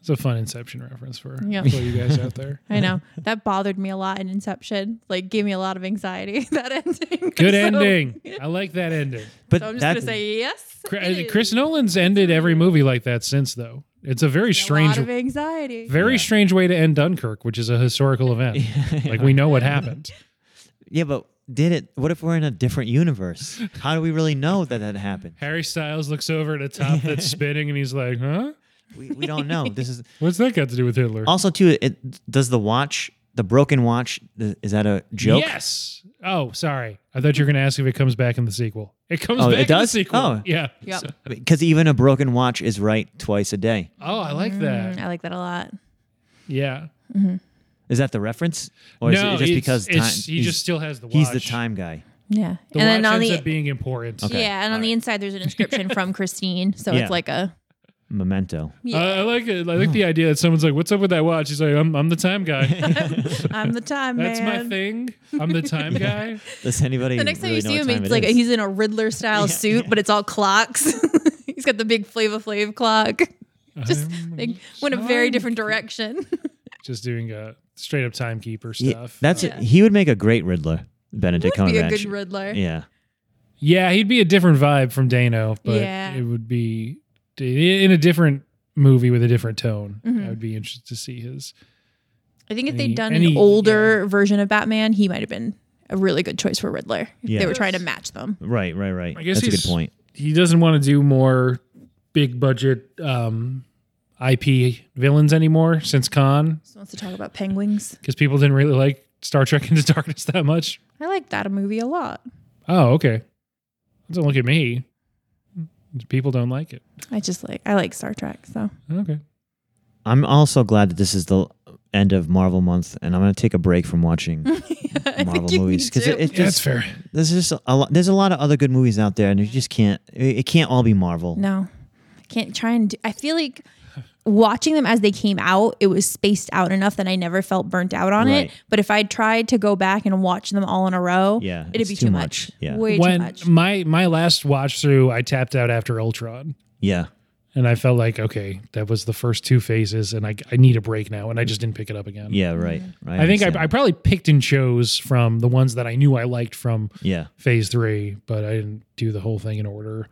Speaker 1: It's a fun Inception reference for
Speaker 3: Yeah.
Speaker 1: for you guys out
Speaker 3: [LAUGHS]
Speaker 1: there. [LAUGHS]
Speaker 3: I know that bothered me a lot in Inception. Like, gave me a lot of anxiety. [LAUGHS] That ending.
Speaker 1: Good
Speaker 3: [LAUGHS] So-
Speaker 1: ending. I like that ending.
Speaker 2: But
Speaker 3: So I'm just
Speaker 2: that, [LAUGHS]
Speaker 3: gonna say yes.
Speaker 1: Cr-
Speaker 3: it is.
Speaker 1: Chris Nolan's ended every movie like that since though. It's a very
Speaker 3: A lot
Speaker 1: strange,
Speaker 3: of anxiety.
Speaker 1: very strange way to end Dunkirk, which is a
Speaker 2: [LAUGHS]
Speaker 1: historical event. Like we know what happened.
Speaker 2: yeah, but did it? What if we're in a different universe? How do we really know that that happened?
Speaker 1: Harry Styles looks over at a top that's spinning, and he's like, "Huh?
Speaker 2: We, we don't know. This is
Speaker 1: What's that got to do with Hitler?"
Speaker 2: also too. It does the watch, the broken watch. th- Is that a joke?
Speaker 1: Yes. Oh, sorry. I thought you were going to ask if it comes back in the sequel. It comes
Speaker 2: Oh,
Speaker 1: back
Speaker 2: it does?
Speaker 1: in the sequel.
Speaker 2: Oh.
Speaker 1: Yeah.
Speaker 3: Yep.
Speaker 1: So-
Speaker 2: Because even a broken watch is right twice a day.
Speaker 1: oh, I like that.
Speaker 3: Mm, I like that a lot.
Speaker 1: Yeah.
Speaker 2: Is that the reference, or is it just
Speaker 1: it's-
Speaker 2: because time,
Speaker 1: it's- he
Speaker 2: he's-
Speaker 1: just still has the watch.
Speaker 2: he's the time guy?
Speaker 3: Yeah.
Speaker 1: The watch
Speaker 3: and then on
Speaker 1: ends
Speaker 3: the
Speaker 1: up being important.
Speaker 2: Okay.
Speaker 3: yeah, and on the inside there's
Speaker 1: [LAUGHS]
Speaker 3: an inscription from Christine, so
Speaker 2: Yeah.
Speaker 3: it's like a
Speaker 2: Memento.
Speaker 1: I- I like it. I like the idea that someone's like, "What's up with that watch?" He's like, "I'm, I'm the time
Speaker 2: [LAUGHS]
Speaker 1: guy. [LAUGHS]
Speaker 3: I'm the time
Speaker 1: That's
Speaker 3: man.
Speaker 1: my thing. I'm the time guy."
Speaker 2: Does anybody?
Speaker 3: The next time
Speaker 2: really
Speaker 3: you
Speaker 2: know
Speaker 3: see
Speaker 2: what
Speaker 3: him,
Speaker 2: time
Speaker 3: it's
Speaker 2: it
Speaker 3: like
Speaker 2: is?
Speaker 3: he's in a Riddler style suit, but it's all clocks. [LAUGHS] he's got the big Flava Flav clock. [LAUGHS] Just they went a very different direction. [LAUGHS]
Speaker 1: Just doing a straight up timekeeper
Speaker 2: Yeah,
Speaker 1: stuff.
Speaker 2: that's it. He would make a great Riddler, Benedict
Speaker 3: Be a
Speaker 2: Cumberbatch.
Speaker 3: good Riddler.
Speaker 2: yeah.
Speaker 1: Yeah, he'd be a different vibe from Dano, but
Speaker 3: Yeah.
Speaker 1: it would be in a different movie with a different tone.
Speaker 3: Mm-hmm.
Speaker 1: I would be interested to see his.
Speaker 3: I think if
Speaker 1: Any-
Speaker 3: they'd done
Speaker 1: any-
Speaker 3: an older version of Batman, he might have been a really good choice for Riddler. If
Speaker 2: Yeah.
Speaker 3: They were trying to match them.
Speaker 2: Right, right, right.
Speaker 1: I guess
Speaker 2: That's a good
Speaker 1: he's-
Speaker 2: point.
Speaker 1: He doesn't want to do more big budget um, IP villains anymore since Khan
Speaker 3: Just wants to talk about penguins.
Speaker 1: because people didn't really like Star Trek [LAUGHS] Into Darkness that much.
Speaker 3: I like that movie a lot.
Speaker 1: Oh, okay. Don't look at me. People don't like it.
Speaker 3: I just like I like Star Trek, so [LAUGHS]
Speaker 1: Okay.
Speaker 2: I'm also glad that this is the end of Marvel month, and I'm going to take a break from watching
Speaker 3: [LAUGHS] I
Speaker 2: Marvel
Speaker 3: think you
Speaker 2: movies
Speaker 3: need to.
Speaker 2: it, it
Speaker 1: Yeah, that's
Speaker 2: just
Speaker 1: fair.
Speaker 2: there's just a lot. There's a lot of other good movies out there, and you just can't. It, it can't all be Marvel.
Speaker 3: No, can't try and. Do, I feel like watching them as they came out, it was spaced out enough that I never felt burnt out on
Speaker 2: Right.
Speaker 3: it. But if I tried to go back and watch them all in a row,
Speaker 2: Yeah,
Speaker 3: it'd
Speaker 2: it's
Speaker 3: be
Speaker 2: too
Speaker 3: too
Speaker 2: much.
Speaker 3: much.
Speaker 2: Yeah.
Speaker 3: way
Speaker 1: when
Speaker 3: too much.
Speaker 1: my my last watch through, I tapped out after Ultron,
Speaker 2: Yeah,
Speaker 1: and I felt like okay, that was the first two phases, and I I need a break now, and I just didn't pick it up again.
Speaker 2: yeah, right.
Speaker 3: Mm-hmm.
Speaker 2: right
Speaker 1: I think I, I
Speaker 2: understand.
Speaker 1: probably picked and chose from the ones that I knew I liked from
Speaker 2: yeah,
Speaker 1: phase three, but I didn't do the whole thing in order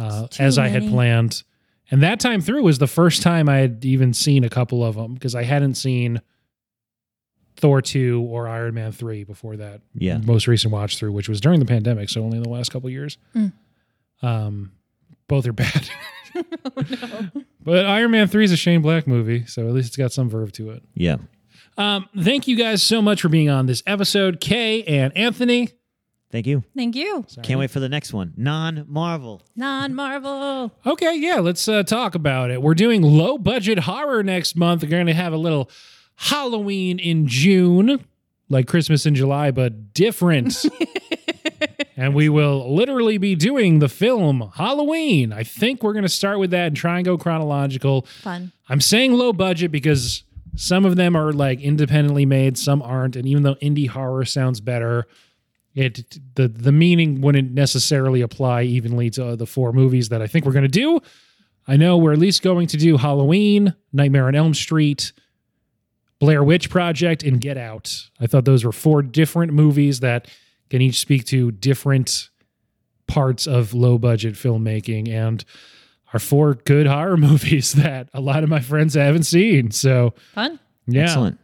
Speaker 1: uh,
Speaker 3: too
Speaker 1: as I had
Speaker 3: many.
Speaker 1: planned. And that time through was the first time I had even seen a couple of them because I hadn't seen Thor 2 or Iron Man 3 before that
Speaker 2: yeah.
Speaker 1: most recent watch through, which was during the pandemic. So only in the last couple of years.
Speaker 3: Mm.
Speaker 1: Um, both are
Speaker 3: [LAUGHS]
Speaker 1: bad. [LAUGHS]
Speaker 3: Oh,
Speaker 1: But Iron Man 3 is a Shane Black movie, so at least it's got some verve to it.
Speaker 2: Yeah.
Speaker 1: Um, thank you guys so much for being on this episode, Kay and Anthony.
Speaker 2: Thank you.
Speaker 3: Thank you,
Speaker 2: Can't wait for the next one. Non Marvel.
Speaker 3: non Marvel.
Speaker 1: Okay, yeah, let's uh, talk about it. We're doing low budget horror next month. We're going to have a little Halloween in June, like Christmas in July, but different. and we will literally be doing the film Halloween. I think we're going to start with that and try and go chronological.
Speaker 3: Fun.
Speaker 1: I'm saying low budget because some of them are like independently made, some aren't, and even though indie horror sounds better, it the the meaning wouldn't necessarily apply evenly to the four movies that I think we're going to do. I know we're at least going to do Halloween, Nightmare on Elm Street, Blair Witch Project, and Get Out. I thought those were four different movies that can each speak to different parts of low budget filmmaking and are four good horror [LAUGHS] movies that a lot of my friends haven't seen. So,
Speaker 3: Fun.
Speaker 1: yeah.
Speaker 2: Excellent.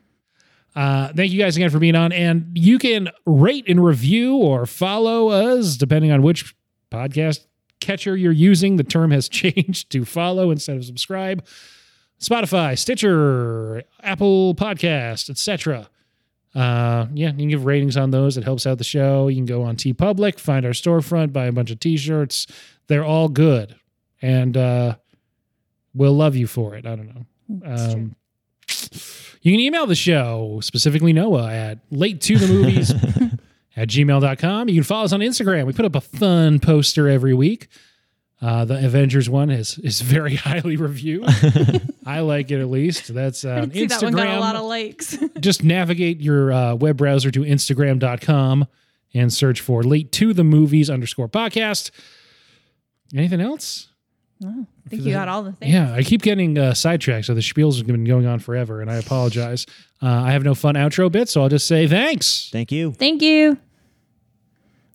Speaker 1: Uh, thank you guys again for being on. And you can rate and review or follow us, depending on which podcast catcher you're using. The term has [LAUGHS] changed to follow instead of subscribe. Spotify, Stitcher, Apple Podcast, etc. Uh, yeah, you can give ratings on those. It helps out the show. You can go on T Public, find our storefront, buy a bunch of T-shirts. They're all good, and uh, we'll love you for it. I don't know. Um,
Speaker 3: That's true.
Speaker 1: You can email the show, specifically Noah, at late to the
Speaker 3: [LAUGHS]
Speaker 1: movies at gmail.com. You can follow us on Instagram. We put up a fun poster every week. Uh, the Avengers one is is very [LAUGHS] highly reviewed. I like it at least. That's
Speaker 3: I
Speaker 1: uh,
Speaker 3: did see
Speaker 1: Instagram.
Speaker 3: that one got a lot of likes. [LAUGHS]
Speaker 1: Just navigate your uh, web browser to Instagram.com and search for late to the movies underscore podcast. Anything else?
Speaker 3: Oh, I think you got all the things.
Speaker 1: Yeah, I keep getting uh, sidetracked. So the spiels have been going on forever, and I apologize. Uh, I have no fun outro bit, so I'll just say thanks.
Speaker 2: Thank you.
Speaker 3: Thank you.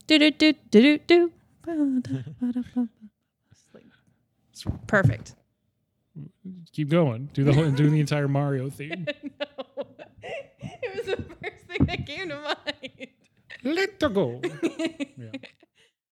Speaker 3: Do do do do do do. [LAUGHS] Perfect.
Speaker 1: Keep going. Do the whole, do the entire Mario theme.
Speaker 3: no. It was the first thing that came to mind.
Speaker 1: Let her go. Yeah.